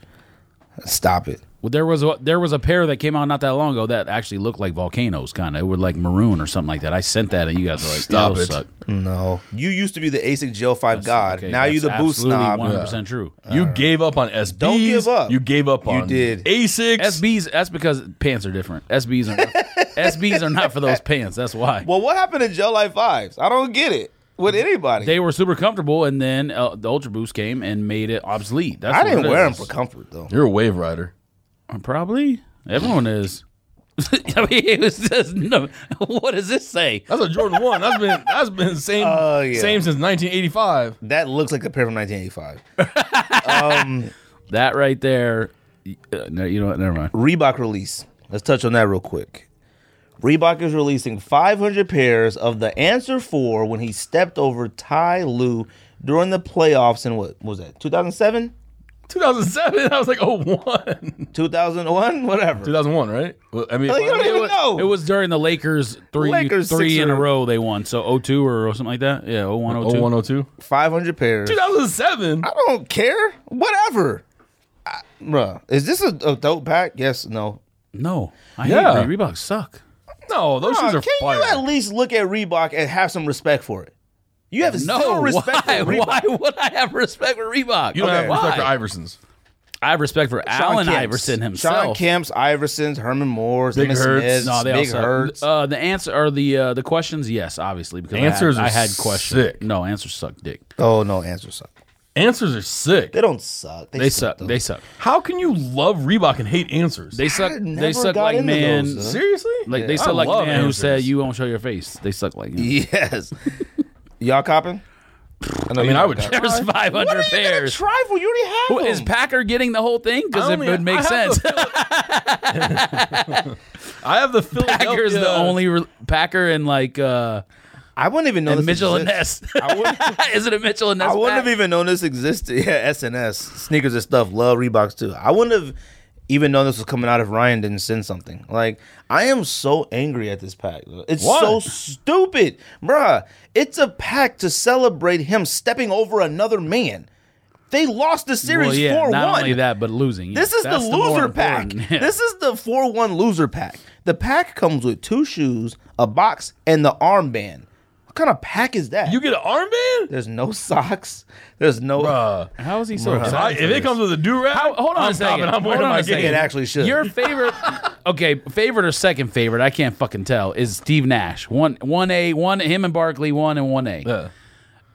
S1: Stop it.
S2: Well, there was a, there was a pair that came out not that long ago that actually looked like volcanoes, kind of. It was like maroon or something like that. I sent that, and you guys are like,
S3: Stop
S2: "Stop
S3: it.
S2: it." Suck.
S1: No, you used to be the ASIC Gel Five God.
S2: Okay,
S1: now you the
S2: that's
S1: boost
S2: absolutely
S1: snob.
S2: 100% true.
S3: You gave up on SBs.
S1: Don't give up.
S3: You gave up on
S1: did.
S3: Asics.
S2: SBs, that's because pants are different. SBs are not, SBs are not for those pants. That's why.
S1: Well, what happened to Gel Life Fives? I don't get it with anybody.
S2: they were super comfortable, and then uh, the Ultra Boost came and made it obsolete. That's
S1: I
S2: what
S1: didn't
S2: it
S1: wear them
S2: is. Uh,
S1: for comfort though.
S3: You're a wave rider.
S2: Probably. Everyone is. I mean, it was just, no, what does this say?
S3: That's a Jordan one. That's been that's been the same
S1: Oh, yeah.
S3: same since 1985.
S1: That looks like a pair from 1985.
S2: That right there. uh, no, you know what? Never mind.
S1: Reebok release. Let's touch on that real quick. Reebok is releasing 500 pairs of the answer for when he stepped over Ty Lue during the playoffs in what was that? 2007,
S3: 2007. I was like, oh one.
S1: 2001, whatever.
S3: 2001, right? Well, I mean,
S1: Like, Oh, you don't
S3: it
S1: even
S3: was-
S1: know.
S2: It was during the Lakers three
S1: Lakers
S2: three in a
S1: sixer.
S2: row they won. So 02 or something like that. Yeah, 01, 02.
S3: 0102.
S1: 500 pairs.
S3: 2007.
S1: I don't care. Whatever. I, bruh, is this a, a dope pack? Yes, no.
S2: No. I
S3: Yeah.
S2: hate Re- Reebok suck.
S3: No, those
S1: Nah,
S3: shoes are
S1: Uh, can
S3: fire.
S1: you at least look at Reebok and have some respect for it? You have
S2: No,
S1: zero respect
S2: why?
S1: for Reebok.
S2: Why would I have respect for Reebok?
S3: you don't
S1: Okay.
S3: have respect for
S2: Why?
S3: Iversons.
S2: I have respect for
S1: Sean
S2: Allen
S1: Kemps.
S2: Iverson
S1: Sean
S2: himself.
S1: Kemps, Iversons, Herman Moore's,
S3: Big
S1: Emmitt
S3: Hurts.
S1: Smiths,
S2: No, they all
S1: Big
S2: suck.
S1: Hurts.
S2: Uh, the answer are the uh, the questions. Yes, obviously because
S3: Answers
S2: I
S3: are
S2: had, I had questions.
S3: sick.
S2: No, answers suck dick.
S1: oh no, answers suck.
S3: Answers are sick.
S1: They don't suck.
S2: They suck.
S1: though.
S2: They suck.
S3: How can you love Reebok and hate answers?
S2: They suck.
S1: never
S2: They suck
S1: got
S2: like
S1: into
S2: man.
S1: those, huh?
S3: Seriously?
S2: Like
S3: I
S2: they suck like
S3: love
S2: man who
S3: answers.
S2: said you won't show your face. They suck like. him.
S1: yes. Y'all copping? know
S3: I
S1: you
S3: mean, I
S1: don't
S3: would
S1: cop.
S3: try.
S2: There's 500
S1: It's
S2: pairs.
S1: trifle. You already have
S2: Who- Is
S1: them.
S2: Packer getting the whole thing? Because
S3: I
S2: it
S3: only-
S2: would
S3: I
S2: make
S3: have
S2: sense.
S3: the Phil- I have the uh, Philadelphia.
S2: Packer's the only re- Packer and like uh,
S1: I wouldn't even know
S2: and
S1: Oh, this
S2: Mitchell and
S1: exists.
S2: Ness. Is it a Mitchell and Ness?
S1: I wouldn't
S2: pack?
S1: have even known this existed. Yeah, SNS sneakers and stuff. Love Reeboks too. I wouldn't have even known this was coming out if Ryan didn't send something. Like I am so angry at this pack. It's
S3: Why?
S1: so stupid, bruh. It's a pack to celebrate him stepping over another man. They lost the series
S2: Well, yeah,
S1: four
S2: not
S1: one.
S2: only that, but losing.
S1: This is the
S2: That's more
S1: loser pack.
S2: important. Yeah.
S1: This is the 4 1 loser pack. The pack comes with two shoes, a box, and the armband. What kind of pack is that?
S3: You get an armband?
S1: There's no socks. There's no.
S3: Bruh.
S2: How is he so
S3: If, I-
S2: excited?
S3: if
S2: for
S3: it
S2: this?
S3: comes with a do rag,
S2: How- hold on
S3: I'm
S2: a second.
S3: Stopping, I'm wearing
S2: Hold on
S3: my
S2: a
S3: game.
S2: second.
S1: It actually should.
S2: Your favorite, okay, favorite or second favorite? I can't fucking tell. Is Steve Nash one one A one him and Barkley one and one A.
S3: Yeah.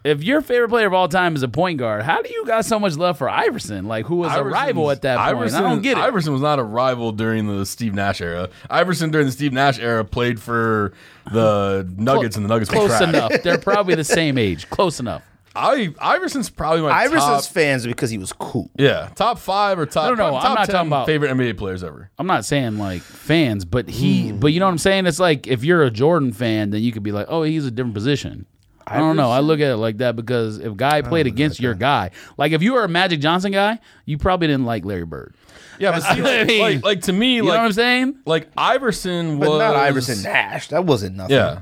S2: If your favorite player of all time is a point guard, how do you got so much love for Iverson? Like who was a rival
S3: Iverson's-
S2: at that point? I don't get it.
S3: Iverson was not a rival during the Steve Nash era. Iverson during the Steve Nash era played for the Nuggets, and the Nuggets were
S2: Close
S3: trash.
S2: enough. They're probably the same age. Close enough.
S3: I Iverson's probably my
S1: Iverson's
S3: top.
S1: fans because he was cool.
S3: Yeah, top five or top.
S2: No, no, no,
S3: top
S2: I'm not
S3: 10
S2: talking about-
S3: favorite NBA players ever.
S2: I'm not saying like fans, but he,
S3: Hmm.
S2: but you know what I'm saying? It's like if you're a Jordan fan, then you could be like, oh, he's a different position. I don't know. I look at it like that because if guy played against your guy, like if you were a Magic Johnson guy, you probably didn't like Larry Bird.
S3: Yeah, but see,
S2: I
S3: like,
S2: mean,
S3: like, like, to me,
S2: You know
S3: like
S2: what I'm saying?
S3: like Iverson was
S1: But not Iverson Nash. That wasn't nothing.
S3: Yeah,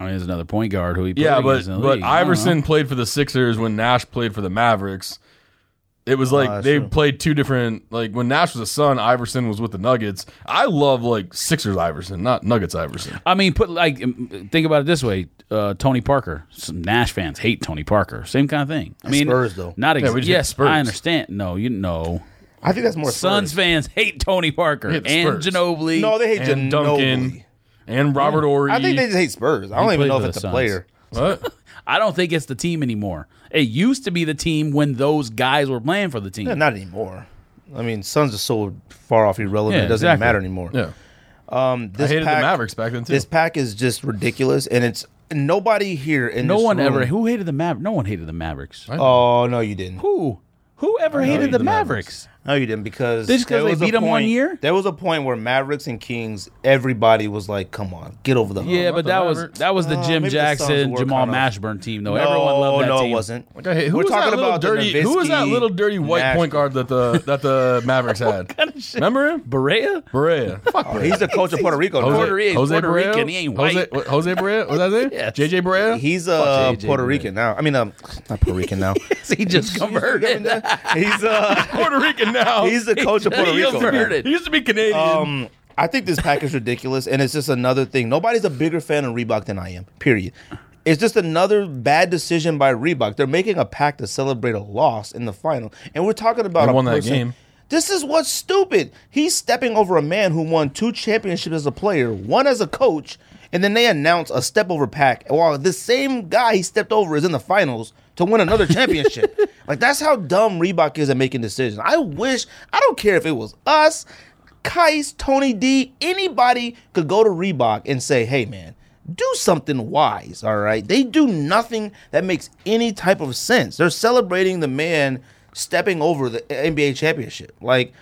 S2: I mean, there's another point guard who he played
S3: yeah, but
S2: against in the
S3: but
S2: league. I don't know.
S3: Iverson played for the Sixers when Nash played for the Mavericks. It was like
S1: Oh, that's
S3: they
S1: true.
S3: played two different. Like when Nash was a son, Iverson was with the Nuggets. I love like Sixers Iverson, not Nuggets Iverson.
S2: I mean, put like um, think about it this way: uh, Tony Parker. Some Nash fans hate Tony Parker. Same kind of thing. I mean,
S1: Spurs, though.
S2: Not ex-
S3: we just hate
S2: yes,
S3: Spurs.
S2: I understand. No, you know,
S1: I think that's more
S2: Suns
S1: Spurs.
S2: fans hate Tony Parker
S3: Hate the
S2: and
S3: Spurs.
S2: Ginobili.
S1: No, they hate
S3: And Duncan
S1: Ginobili.
S3: and Robert Ory.
S1: I think they just hate Spurs. I don't even
S2: played
S1: know
S2: for
S1: if
S2: the
S1: it's a
S2: Suns.
S1: player.
S3: What?
S2: I don't think it's the team anymore. It used to be the team when those guys were playing for the team.
S1: Yeah, not anymore. I mean, Suns are so far off irrelevant.
S2: Yeah,
S1: it doesn't
S2: exactly.
S1: even matter anymore.
S3: Yeah,
S1: Um,
S3: I
S1: this
S3: hated
S1: pack,
S3: the Mavericks back then too.
S1: This pack is just ridiculous, and it's nobody here in
S2: no
S1: this
S2: one
S1: room-
S2: ever who hated the Mavericks. No one hated the Mavericks.
S1: Oh no, you didn't.
S2: Who? Who ever hated the, Mavericks?
S1: No, you didn't because
S2: Just 'cause
S1: there
S2: they
S1: was a
S2: beat 'em one
S1: point-
S2: year?
S1: There was a point where Mavericks and Kings, everybody was like, "Come on, get over the hump."
S2: Yeah,
S3: not
S2: but
S3: the
S2: that was
S3: Mavericks.
S2: that was the
S1: Uh,
S2: Jim
S1: maybe the Suns
S2: Jackson
S1: were
S2: Jamal
S1: kinda-
S2: Mashburn team though. Everyone loved that
S1: no,
S2: team.
S1: it wasn't.
S3: Like, I hate- who
S1: We're
S3: was
S1: talking
S3: that little
S1: about the
S3: dirty? Who was that
S1: Nowitzki,
S3: little dirty white
S1: Nash-
S3: point guard that the that the Mavericks had? Remember him?
S2: Berea?
S3: Berea. Fuck Berea.
S1: He's the coach of Puerto Rico. now.
S2: Puerto Rico. He's Puerto
S3: Berea?
S2: Rican, he ain't
S3: Jose,
S2: white.
S3: what, Jose Berea? Was that his name?
S2: Yes.
S3: JJ Berea?
S1: He's uh,
S2: JJ
S1: Puerto
S2: Redick.
S1: Rican now. I mean, um, not Puerto Rican now.
S2: he just converted.
S1: he's uh,
S3: Puerto Rican now.
S1: he's the coach of Puerto
S2: He
S1: Rico.
S2: converted.
S1: now.
S3: he used to be Canadian.
S1: Um, I think this pack is ridiculous, and it's just another thing. Nobody's a bigger fan of Reebok than I am. Period. It's just another bad decision by Reebok. They're making a pack to celebrate a loss in the final, and we're talking about
S3: They
S1: a
S3: won that
S1: person-
S3: game.
S1: This is what's stupid. He's stepping over a man who won two championships as a player, one as a coach, and then they announce a step over pack. While this same guy he stepped over is in the finals to win another championship. like that's how dumb Reebok is at making decisions. I wish I don't care if it was us, Kais, Tony D, anybody could go to Reebok and say, "Hey, man." Do something wise, all right? They do nothing that makes any type of sense. They're celebrating the man stepping over the NBA championship. Like,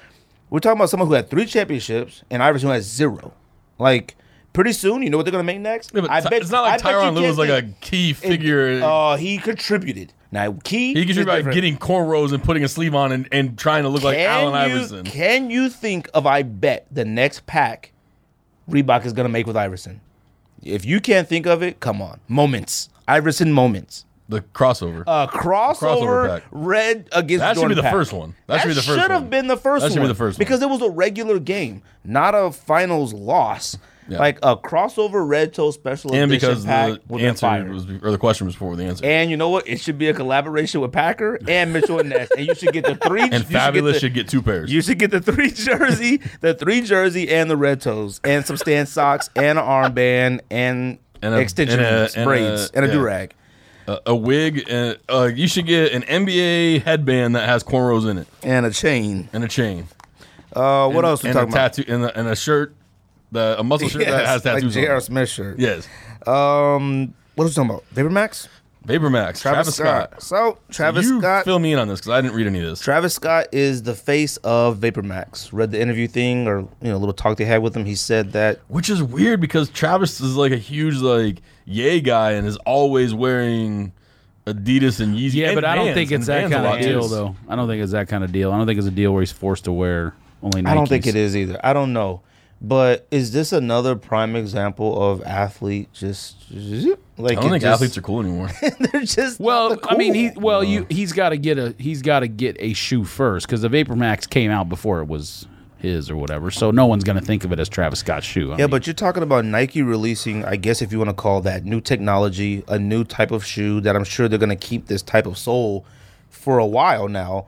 S1: we're talking about someone who had three championships and Iverson who has zero. Like, pretty soon, you know what they're gonna make next?
S3: Yeah, but Ty- it's not like
S1: I bet you
S3: Tyron Lue
S1: can't
S3: was like a
S1: think-
S3: key figure.
S1: Oh, he contributed. Now, key.
S3: he could
S1: is
S3: be by
S1: different.
S3: getting cornrows and putting a sleeve on and, and trying to look like Allen
S1: you,
S3: Iverson.
S1: Can you think of? I bet the next pack Reebok is gonna make with Iverson. If you can't think of it, come on. Moments. Iverson moments.
S3: The crossover.
S1: A crossover,
S3: crossover pack.
S1: red against
S3: That
S1: Uh,
S3: should be
S1: Jordan
S3: the
S1: pack.
S3: first one. That should be the first
S1: should have
S3: one.
S1: been the first
S3: That should be
S1: one.
S3: the first one.
S1: because it was a regular game, not a finals loss.
S3: Yeah.
S1: Like a crossover red toe special
S3: and
S1: edition
S3: because
S1: pack
S3: the
S1: would have been
S3: answer
S1: fire.
S3: was be- or the question was before the answer.
S1: and you know what? It should be a collaboration with Packer and Mitchell and Ness, and you should get the three. you
S3: And
S1: should get
S3: Fabulous
S1: the-
S3: should get two pairs.
S1: you should get the three jersey, the three jersey, and the red toes, and some stand socks, and an armband, and,
S3: And a-
S1: extension
S3: and a-
S1: leads,
S3: and a-
S1: braids, and a,
S3: yeah.
S1: durag.
S3: a, a wig. And, uh, you should get an NBA headband that has cornrows in it
S1: and a chain.
S3: and a chain.
S1: Uh, what else we
S3: and a
S1: talking about?
S3: tattoo and a, and a shirt, the a muscle shirt that
S1: Yes,
S3: has tattoos.
S1: like
S3: on
S1: J.R.
S3: it.
S1: Smith shirt.
S3: Yes,
S1: Um, what was we talking about? Vapor Max?
S3: Vapor Max, Travis, Scott.
S1: So Travis
S3: you
S1: Scott.
S3: fill me in on this because I didn't read any of this.
S1: Travis Scott is the face of Vapor Max. Read the interview thing or you know little talk they had with him. He said that
S3: Which is weird because Travis is like a huge like yay guy and is always wearing Adidas and Yeezy.
S2: Yeah,
S3: and
S2: but I don't
S3: Vans,
S2: think
S3: and
S2: it's that
S3: Vans a
S2: kind of
S3: lot,
S2: deal
S3: too.
S2: though. I don't think it's that kind of deal. I don't think it's a deal where he's forced to wear only. Nikes.
S1: I don't think it is either. I don't know, but is this another prime example of athlete just zip? like
S3: I don't
S1: it
S3: think
S1: just-
S3: athletes are cool anymore.
S1: they're just not
S2: Well,
S1: the
S2: I mean, he
S1: cool.
S2: well, you he's got to get a he's got to get a shoe first because the Vapor Max came out before it was his or whatever, so no one's gonna think of it as Travis Scott's shoe. I
S1: Yeah,
S2: mean,
S1: but you're talking about Nike releasing, I guess if you want to call that new technology, a new type of shoe that I'm sure they're going to keep this type of sole for a while now.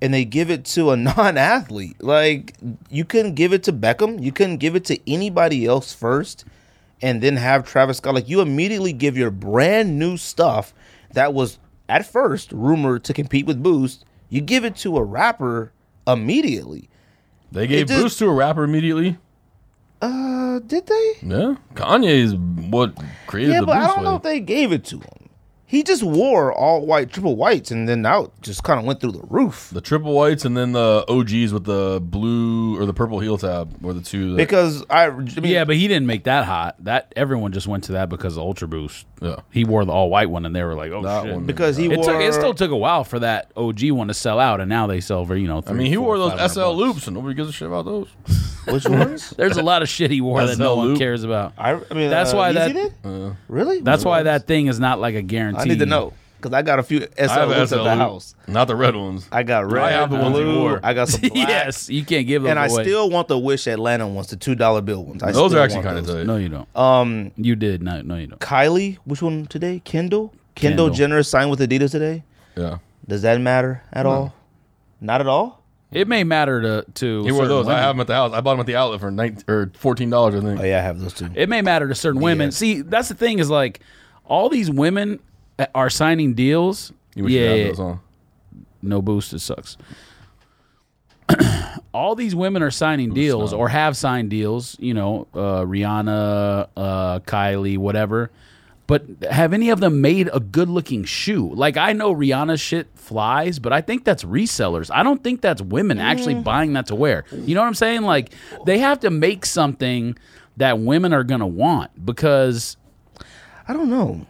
S1: And they give it to a non athlete. Like, you couldn't give it to Beckham. You couldn't give it to anybody else first and then have Travis Scott. Like, you immediately give your brand new stuff that was at first rumored to compete with Boost, you give it to a rapper immediately.
S3: They gave
S1: It just-
S3: Bruce to a rapper immediately.
S1: Uh, did they?
S3: Yeah, Kanye is what created
S1: Yeah,
S3: the
S1: but I
S3: Bruce
S1: don't know
S3: wave.
S1: if they gave it to him. He just wore all white, triple whites, and then out just kind of went through the roof.
S3: The triple whites and then the OGs with the blue or the purple heel tab were the two. That,
S1: Because I, I mean,
S2: yeah, but he didn't make that hot. That everyone just went to that because of Ultra Boost.
S3: Yeah.
S2: He wore the all white one, and they were like, "Oh
S3: That
S2: shit!"
S3: one.
S1: because he
S2: It
S1: wore
S2: took. It still took a while for that OG one to sell out, and now they sell for you know.
S3: I mean, he wore those SL loops, and nobody gives a shit about those.
S1: which ones?
S2: There's a lot of shit he wore that no
S3: SL
S2: one
S3: loop.
S2: cares about.
S1: I, I mean,
S2: That's
S1: uh,
S2: why
S1: Yeezy
S2: that-
S1: did? really.
S2: That's why that thing is not like a guarantee.
S1: I need to know because I got a few SL
S3: I have
S1: loops
S3: SL
S1: at the
S3: loop,
S1: house.
S3: not the red ones.
S1: I got red.
S3: I have the ones he
S1: blue,
S3: wore.
S1: I got some black.
S2: yes, you can't give those
S1: and I
S2: away.
S1: still want the Wish Atlanta ones, the two dollar bill ones. I
S3: Those
S1: still
S3: are actually
S1: want
S3: kind of
S1: those.
S3: tight.
S2: no, you don't.
S1: Um,
S2: you did not. No, you don't.
S1: Kylie, which one today? Kendall. Kendall,
S2: Kendall.
S1: Jenner signed with Adidas today.
S3: Yeah,
S1: Does that matter at all? Not at all.
S2: It may matter to to.
S3: he wore
S2: certain
S3: those. I
S2: women.
S3: have them at the house. I bought them at the outlet for nineteen or fourteen dollars, I think.
S1: Oh yeah, I have those too.
S2: It may matter to certain women. See, that's the thing is like all these women a- are signing deals.
S3: You wish you had those on.
S2: no boost. It sucks. all these women are signing deals or have signed deals. You know, uh, Rihanna, uh, Kylie, whatever. But have any of them made a good looking shoe? Like I know Rihanna's shit flies, but I think that's resellers. I don't think that's women actually buying that to wear. You know what I'm saying? Like they have to make something that women are gonna want because
S1: I don't know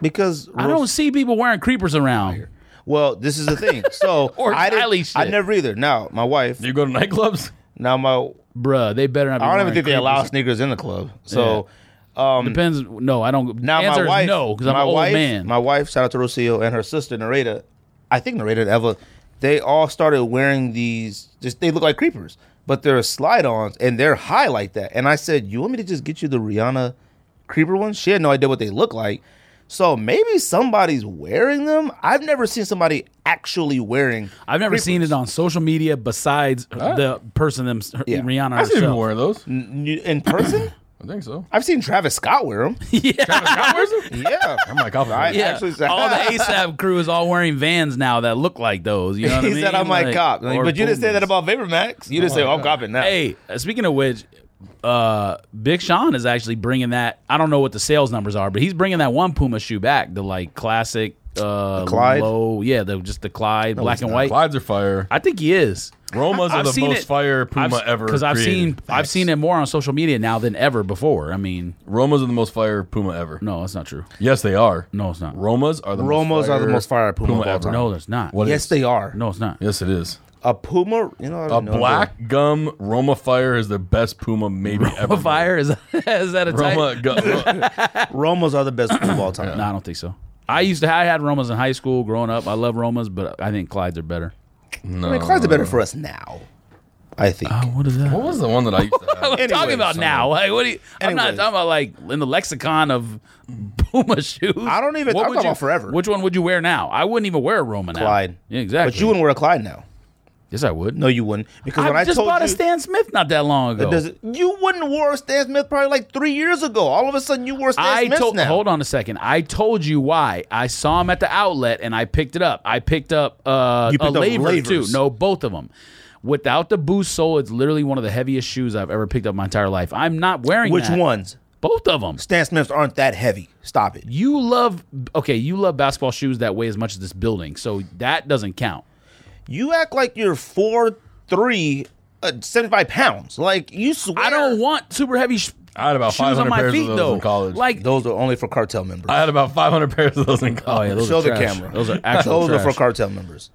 S1: because
S2: I don't see people wearing creepers around.
S1: Well, this is the thing. So
S2: Or
S1: I didn't-
S2: Kylie shit.
S1: I never either. Now my wife.
S3: Do you go to nightclubs?
S1: Now my.
S2: Bruh, they better not be
S1: I don't even
S2: wearing
S1: think they
S2: creepers.
S1: allow sneakers in the club. So. um,
S2: Depends. No, I don't.
S1: Hmm. Now
S2: answer
S1: my wife,
S2: is no, because I'm
S1: my
S2: an old
S1: wife,
S2: man.
S1: My wife, shout out to Rocio and her sister Nareda. I think Nareda and Eva, they all started wearing these. Just they look like creepers, but they're slide-ons and they're high like that. And I said, "You want me to just get you the Rihanna creeper ones?" She had no idea what they look like. So maybe somebody's wearing them. I've never seen somebody actually wearing.
S2: I've never seen it on social media besides the person them her-
S1: Yeah.
S2: Rihanna
S3: I've seen people
S2: herself.
S3: wearing those.
S1: in person.
S3: I think so.
S1: I've seen Travis Scott wear them.
S2: Yeah,
S3: Scott wears them.
S1: Yeah,
S3: I'm like, I'll
S1: I
S2: yeah.
S1: actually said-
S2: all the ASAP crew is all wearing Vans now that look like those. You know what I
S1: he
S2: mean?
S1: said, "I might cop," but
S2: or
S1: you didn't say that about
S2: Pumas.
S1: VaporMax. You didn't say, oh, "I'm copping now."
S2: Hey, uh, speaking of which, uh, Big Sean is actually bringing that. I don't know what the sales numbers are, but he's bringing that one Puma shoe back, the like classic, uh,
S1: Clyde?
S2: low, yeah, the just the Clyde black and white.
S3: Clydes are fire.
S2: I think he is.
S3: Romas are
S2: I've
S3: the
S2: seen
S3: most
S2: it.
S3: fire Puma ever.
S2: Because I've
S3: created.
S2: seen I've seen it more on social media now than ever before. I mean,
S3: Romas are the most fire Puma ever.
S2: no, that's not true.
S3: Yes, they are.
S2: No, it's not.
S3: Romas are the
S1: Romos
S3: most fire
S1: are the most fire Puma,
S3: Puma
S1: of all
S3: ever.
S1: time.
S2: No, it's not.
S3: What
S1: yes,
S3: is-
S1: they are.
S2: No, it's not.
S3: Yes, it is.
S1: A Puma, you know, I
S3: A
S1: don't know.
S3: black gum Roma Fire is the best Puma maybe ever.
S2: A
S3: made.
S2: fire is is that a type?
S3: Roma gu- Ro-
S1: Romos are the best Puma of all time.
S2: No, I don't think so. I used to I had Romas in high school growing up. I love Romas, but I think Clydes are better.
S3: no.
S1: I mean, Clyde's are better for us now, I think.
S2: Oh, what is that?
S3: What was the one that I used to have?
S2: I'm talking
S1: Anyways,
S2: about
S1: son.
S2: now. Like, what? do you, I'm not
S1: Anyways.
S2: talking about like in the lexicon of Puma shoes.
S1: I don't even- I'm
S2: would
S1: talking
S2: you-
S1: about forever.
S2: Which one would you wear now? I wouldn't even wear a Roma now.
S1: Clyde.
S2: Yeah, exactly.
S1: But you wouldn't wear a Clyde now.
S2: Yes, I would.
S1: No, you wouldn't. Because when
S2: I
S1: I
S2: just
S1: told
S2: bought
S1: you,
S2: a Stan Smith not that long ago.
S1: Does it- you wouldn't wear a Stan Smith probably like three years ago. All of a sudden, you wore Stan
S2: I
S1: Smith
S2: told.
S1: now.
S2: Hold on a second. I told you why. I saw him at the outlet and I picked it up. I picked up uh,
S1: You picked
S2: a
S1: up
S2: laver too.
S1: Lavers.
S2: No, both of them. Without the boost sole, it's literally one of the heaviest shoes I've ever picked up my entire life. I'm not wearing
S1: Which
S2: that.
S1: ones?
S2: Both of them.
S1: Stan Smiths aren't that heavy. Stop it.
S2: You love okay. You love basketball shoes that weigh as much as this building, so that doesn't count.
S1: You act like you're four three, uh, 75 pounds. Like, you swear.
S2: I don't want super heavy sh-
S3: I had about
S2: shoes on
S3: 500
S2: my
S3: pairs
S2: feet
S3: of those
S2: though.
S3: in college.
S2: Like
S1: Those are only for cartel members.
S3: I had about 500 pairs of those in college.
S2: Oh, those
S1: Show
S2: are
S1: the
S2: trash.
S1: camera.
S2: Those are actual
S1: Those are for
S2: trash.
S1: cartel members.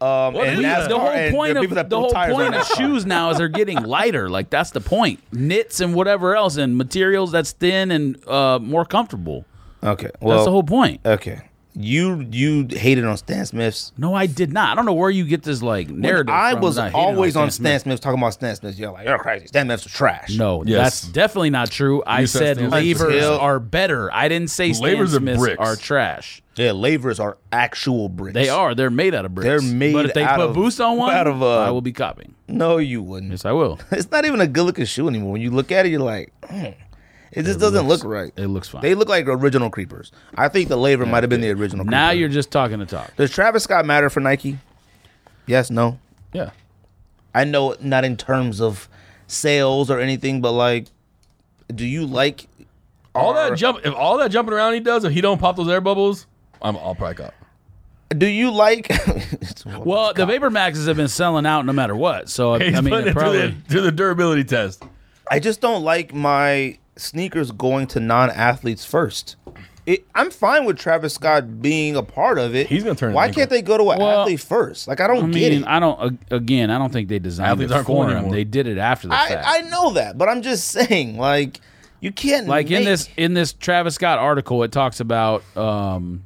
S1: Um, and
S2: We-
S1: NASCAR
S2: the whole
S1: and
S2: point
S1: the
S2: of
S1: people that
S2: the
S1: pull
S2: whole
S1: tires on
S2: point of
S1: NASCAR.
S2: shoes now is they're getting lighter. Like that's the point. Knits and whatever else and materials that's thin and uh, more comfortable.
S1: Okay, well,
S2: That's the whole point.
S1: Okay, you you hated on Stan Smiths.
S2: No, I did not. I don't know where you get this like narrative.
S1: I
S2: from
S1: was
S2: that hating
S1: always on
S2: Stan
S1: Stan Smiths talking about Stan Smiths. You're like you're crazy. Stan Smiths are trash.
S2: No,
S3: Yes.
S2: that's definitely not true. I
S3: said
S2: said
S3: Stan
S1: Smith.
S2: levers
S1: Until-
S2: are better. I didn't say Stan
S3: Levers are
S2: Smiths
S3: bricks.
S2: are trash.
S1: yeah, lavers are actual bricks.
S2: They are. They're made out of bricks.
S1: They're made
S2: But if they
S1: out
S2: put
S1: of-
S2: boost on one,
S1: out of, uh,
S2: I will be copying.
S1: No, you wouldn't.
S2: Yes, I will.
S1: It's not even a good looking shoe anymore. When you look at it, you're like, hmm, it just doesn't look right.
S2: It looks fine.
S1: They look like original creepers. I think the laver might have been the original. Creeper.
S2: now you're just talking to talk.
S1: does Travis Scott matter for Nike? Yes, no.
S3: yeah.
S1: I know not in terms of sales or anything, but like, do you like
S3: All
S1: Or-
S3: that jump, if all that jumping around he does, if he don't pop those air bubbles, I'm, I'll probably cop.
S1: Do you like?
S2: Well, the Vapor Maxes have been selling out no matter what. So I,
S3: He's
S2: I mean,
S3: putting
S2: it
S3: it through
S2: probably
S3: the, through the durability test.
S1: I just don't like my sneakers going to non-athletes first. It, I'm fine with Travis Scott being a part of it.
S3: He's gonna turn his
S1: Why
S3: ankle.
S1: can't they go to an
S2: Well,
S1: athlete first? Like I don't
S2: I
S1: get
S2: mean,
S1: it.
S2: I don't. ag- Again, I don't think they designed
S3: Athletes
S2: it
S3: aren't
S2: for
S3: going
S2: him.
S3: anymore.
S2: They did it after the fact.
S1: I, I know that, but I'm just saying, like, you can't
S2: like in
S1: make-
S2: this in this Travis Scott article, it talks about um,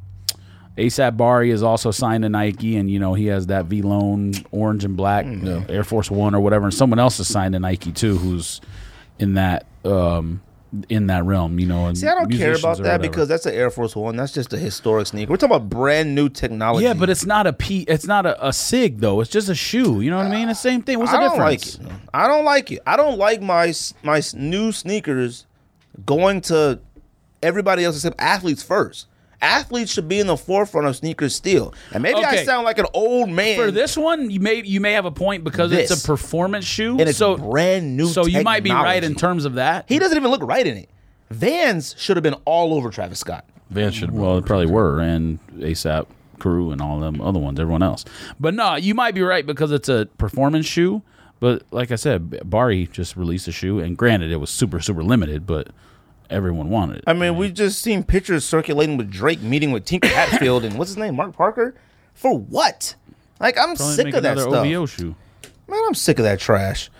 S2: ASAP Bari is also signed to Nike, and you know he has that V Loan orange and black
S1: Hmm.
S2: Air Force One or whatever, and someone else is signed to Nike too, who's in that um, in that realm, you know. And
S1: See, I don't care
S2: musicians
S1: about
S2: or
S1: that
S2: whatever.
S1: because that's an Air Force One. That's just a historic sneaker. We're talking about brand new technology.
S2: yeah, but it's not a P, it's not a, a sig though. It's just a shoe. You know what I mean? It's the same thing. What's the
S1: I don't
S2: difference?
S1: like it. I don't like it. I don't like my s- my s- new sneakers going to everybody else except athletes first. Athletes should be in the forefront of sneakers still. And maybe I
S2: Okay.
S1: sound like an old man
S2: For this one, you may you may have a point because it's
S1: This.
S2: a performance shoe,
S1: and it's
S2: so
S1: brand new.
S2: so you might be right in
S1: technology.
S2: terms of that.
S1: he doesn't even look right in it. Vans should have been all over Travis Scott.
S3: Van should
S2: Well, it probably were, and ASAP Crew and all them other ones, everyone else. But no, you might be right because it's a performance shoe. But like I said, Bari just released a shoe, and granted, it was super super limited, but everyone wanted it.
S1: I mean, we just seen pictures circulating with Drake meeting with Tinker Hatfield and what's his name, Mark Parker, for what? Like I'm
S2: Probably
S1: sick
S2: make
S1: of that
S2: another
S1: stuff.
S2: OVO shoe.
S1: Man, I'm sick of that trash.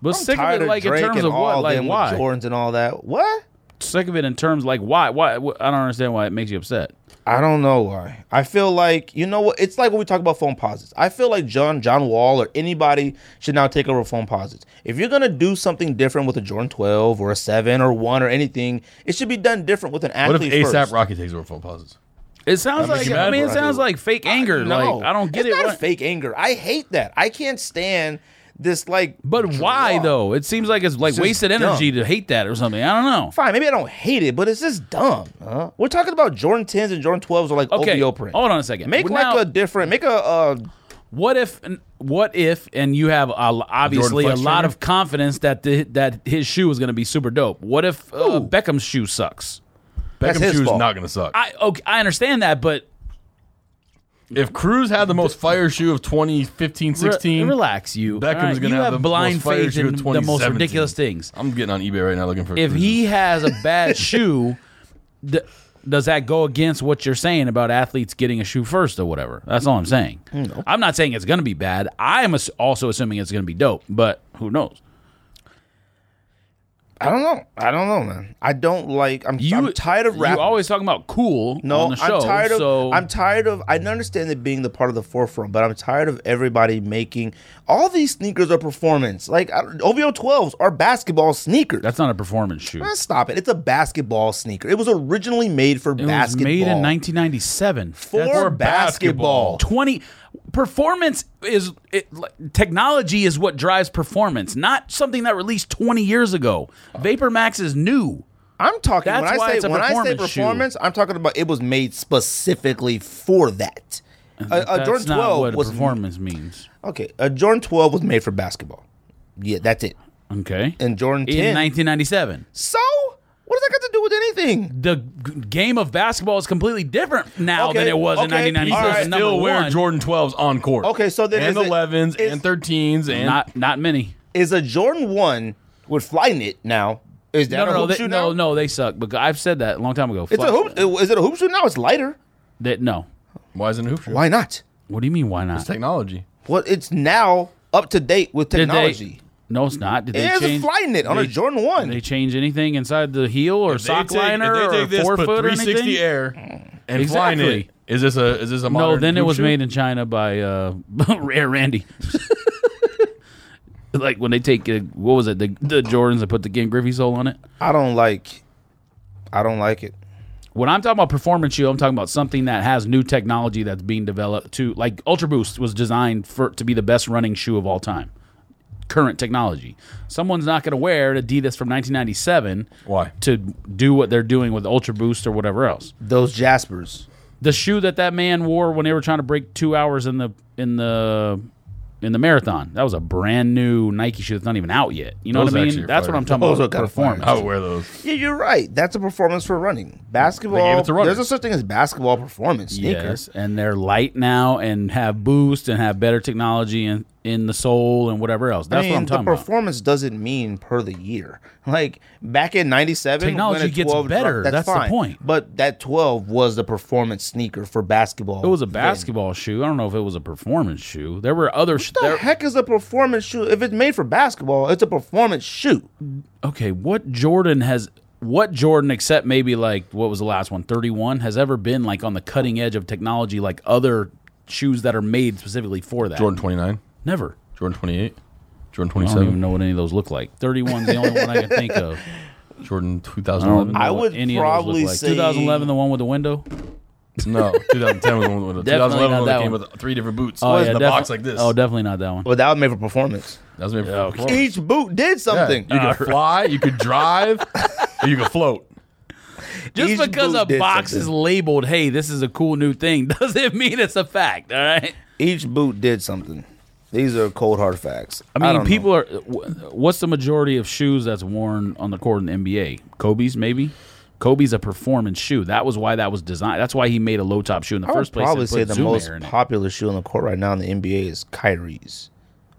S2: But
S1: I'm
S2: sick of
S1: tired
S2: it, like in
S1: Drake
S2: terms
S1: and
S2: of what,
S1: all
S2: like
S1: them with
S2: why?
S1: Jordans and all that. What?
S2: Sick of it in terms like why? Why? I don't understand why it makes you upset.
S1: I don't know why. I feel like you know what? It's like when we talk about phone posits. I feel like John John Wall or anybody should now take over phone posits. If you're gonna do something different with a Jordan 12 or a seven or one or anything, it should be done different with an
S3: What if
S1: athlete
S3: ASAP
S1: first.
S3: Rocky takes over phone pauses?
S2: It sounds
S3: makes
S2: like
S3: you
S2: I
S3: mad,
S2: mean, it
S3: bro.
S2: sounds like fake anger.
S1: No,
S2: like I don't get
S1: it's
S2: it.
S1: Not
S2: why-
S1: fake anger. I hate that. I can't stand this. Like,
S2: But why
S1: draw.
S2: though? It seems like it's like
S1: just
S2: wasted energy to hate that or something. I don't know.
S1: Fine, maybe I don't hate it, but it's just dumb. huh? We're talking about Jordan 10s and Jordan 12s are like
S2: Okay,
S1: OVO print.
S2: hold on a second.
S1: Make
S2: Well,
S1: like
S2: now-
S1: a different. Make a. Uh,
S2: What if? What if? And you have a, obviously a
S3: Flex
S2: lot
S3: trainer?
S2: of confidence that the, that his shoe is going to be super dope. What if uh, Beckham's shoe sucks?
S1: That's
S3: Beckham's
S1: his
S3: shoe's
S1: fault.
S3: not going to suck.
S2: I okay, I understand that, but
S3: if Cruz had the most fire shoe of 2015
S2: re-
S3: 16,
S2: relax, you.
S3: Beckham's
S2: All right,
S3: gonna
S2: you
S3: have
S2: have
S3: the
S2: blind
S3: most fire
S2: faith
S3: shoe
S2: in
S3: of
S2: the most
S3: 2017.
S2: ridiculous things.
S3: I'm getting on eBay right now looking for Cruz's.
S2: If
S1: Mm-hmm.
S2: he has a bad shoe, d- does that go against what you're saying about athletes getting a shoe first or whatever? That's all I'm saying.
S1: Mm-hmm.
S2: I'm not saying it's going to be bad. I'm ass- also assuming it's going to be dope, but who knows?
S1: I don't know. I don't know, man. I don't like. I'm, I'm tired of rappers.
S2: You always talking about cool
S1: no,
S2: on the show.
S1: I'm tired of.
S2: so
S1: I'm tired of. I understand it being the part of the forefront, but I'm tired of everybody making all these sneakers are performance. Like I don't- OVO 12s are basketball sneakers.
S2: that's not a performance shoe.
S1: Man, stop it! It's a basketball sneaker. It was originally made for
S2: It was
S1: basketball.
S2: made in 1997.
S1: for
S2: That's
S1: basketball.
S2: 20 performance is it, technology is what drives performance, not something that released 20 years ago. Vapor Max is new.
S1: I'm talking
S2: That's
S1: when
S2: why
S1: I
S2: it's
S1: say
S2: a
S1: when I say
S2: performance shoe.
S1: performance, I'm talking about it was made specifically for that. A, a
S2: Uh, That's
S1: Jordan
S2: not
S1: 12
S2: what
S1: was
S2: performance means.
S1: okay. A Jordan 12 was made for basketball. Yeah, that's it.
S2: Okay.
S1: And Jordan
S2: in
S1: 10.
S2: 1997.
S1: so what does that got to do with anything?
S2: The g- game of basketball is completely different now
S1: Okay,
S2: than it was in
S1: okay, all
S2: 1997.
S1: right.
S2: Number
S3: still wear
S2: one,
S3: Jordan 12s on court.
S1: Okay, so then
S3: and
S1: is it-
S3: 11s
S1: is-
S3: and 13s and
S2: Not not many.
S1: Is a Jordan 1 with Flyknit now? Is that
S2: No,
S1: a
S2: no,
S1: hoop
S2: no, they,
S1: shoe
S2: no,
S1: now?
S2: no, they suck. But I've said that a long time ago.
S1: It's a hoop. Is it a hoop shoe now? It's lighter.
S2: That no.
S3: why isn't it hoop shoe?
S1: Why not?
S2: What do you mean? Why not?
S3: Technology.
S1: Well, it's now up to date with
S2: Did they-
S1: technology.
S2: no, it's not. Did they
S1: It is a
S2: change?
S1: Flyknit on a
S2: they-
S1: Jordan 1.
S2: Did they change anything inside the heel or sock liner or forefoot
S3: put
S2: or
S3: 360
S2: anything?
S3: air and flying it.
S2: Exactly.
S3: Is this a is this a modern
S2: no, then it
S3: hoop
S2: was
S3: shoe?
S2: made in China by uh, Air Randy. like when they take uh, what was it the the Jordans and put the Ken Griffey sole on it.
S1: I don't like. I don't like it.
S2: When I'm talking about performance shoe, I'm talking about something that has new technology that's being developed to like Ultra Boost was designed for to be the best running shoe of all time. Current technology. Someone's not going to wear an Adidas from 1997
S3: Why?
S2: to do what they're doing with Ultra Boost or whatever else.
S1: Those Jaspers.
S2: The shoe that that man wore when they were trying to break 2 hours in the in the in the marathon. That was a brand new Nike shoe that's not even out yet. You know
S3: Those
S2: what I mean?
S3: actually are
S2: That's
S3: fire.
S2: what I'm talking
S1: Those
S2: about.
S1: are kinda fire. Oh,
S2: Performance.
S3: I would wear those.
S1: Yeah, you're right. That's a performance for running. Basketball.
S3: it to runners.
S1: There's no such thing as basketball performance sneakers.
S2: Yes, and they're light now and have boost and have better technology in, in the sole and whatever else. That's
S1: I mean,
S2: what I'm talking
S1: the
S2: about.
S1: performance doesn't mean per the year. Like back in '97,
S2: Technology
S1: when a
S2: gets
S1: 12 dropped,
S2: better. That's the
S1: fine.
S2: point.
S1: But that 12 was the performance sneaker for basketball.
S2: It was a
S1: then.
S2: basketball shoe. I don't know if it was a performance shoe. There were other sh-
S1: What the
S2: there-
S1: heck is a performance shoe? If it's made for basketball, it's a performance shoe.
S2: Okay, what Jordan has what Jordan except maybe like what was the last one? 31 has ever been like on the cutting edge of technology like other shoes that are made specifically for that.
S3: Jordan 29,
S2: Never.
S3: Jordan 28, Jordan
S2: I don't even
S3: 27,
S2: know what any of those look like. 31 is the only one I can think of.
S3: Jordan
S2: know
S3: 2011.
S1: I
S2: what
S1: would
S2: any of those look
S1: probably
S2: like.
S1: say-
S2: 2011, the one with the window.
S3: No, 2010 was the one with the
S2: Definitely
S3: 2011 one
S2: not that
S3: that came
S2: one.
S3: with three different boots.
S2: Oh,
S3: in the
S2: defi-
S3: box like this.
S2: Oh, definitely not that one.
S1: But that was made for performance.
S3: that was made for
S2: okay.
S3: performance.
S1: Each boot did something.
S3: Yeah, you could fly, you could drive, or you could float.
S2: Just
S1: Each
S2: because
S1: boot
S2: a
S1: did
S2: box
S1: something.
S2: is labeled, "Hey, this is a cool new thing," doesn't mean it's a fact. All right.
S1: Each boot did something. These are cold hard facts.
S2: I mean,
S1: don't know.
S2: people are. wh- What's the majority of shoes that's worn on the court in the NBA? Kobe's maybe. Kobe's a performance shoe. That was why that was designed. That's why he made a low top shoe in the
S1: I
S2: first
S1: would
S2: place.
S1: probably
S2: and
S1: say
S2: put
S1: the
S2: Zoom
S1: most
S2: Air in it.
S1: popular shoe on the court right now in the NBA is Kyrie's.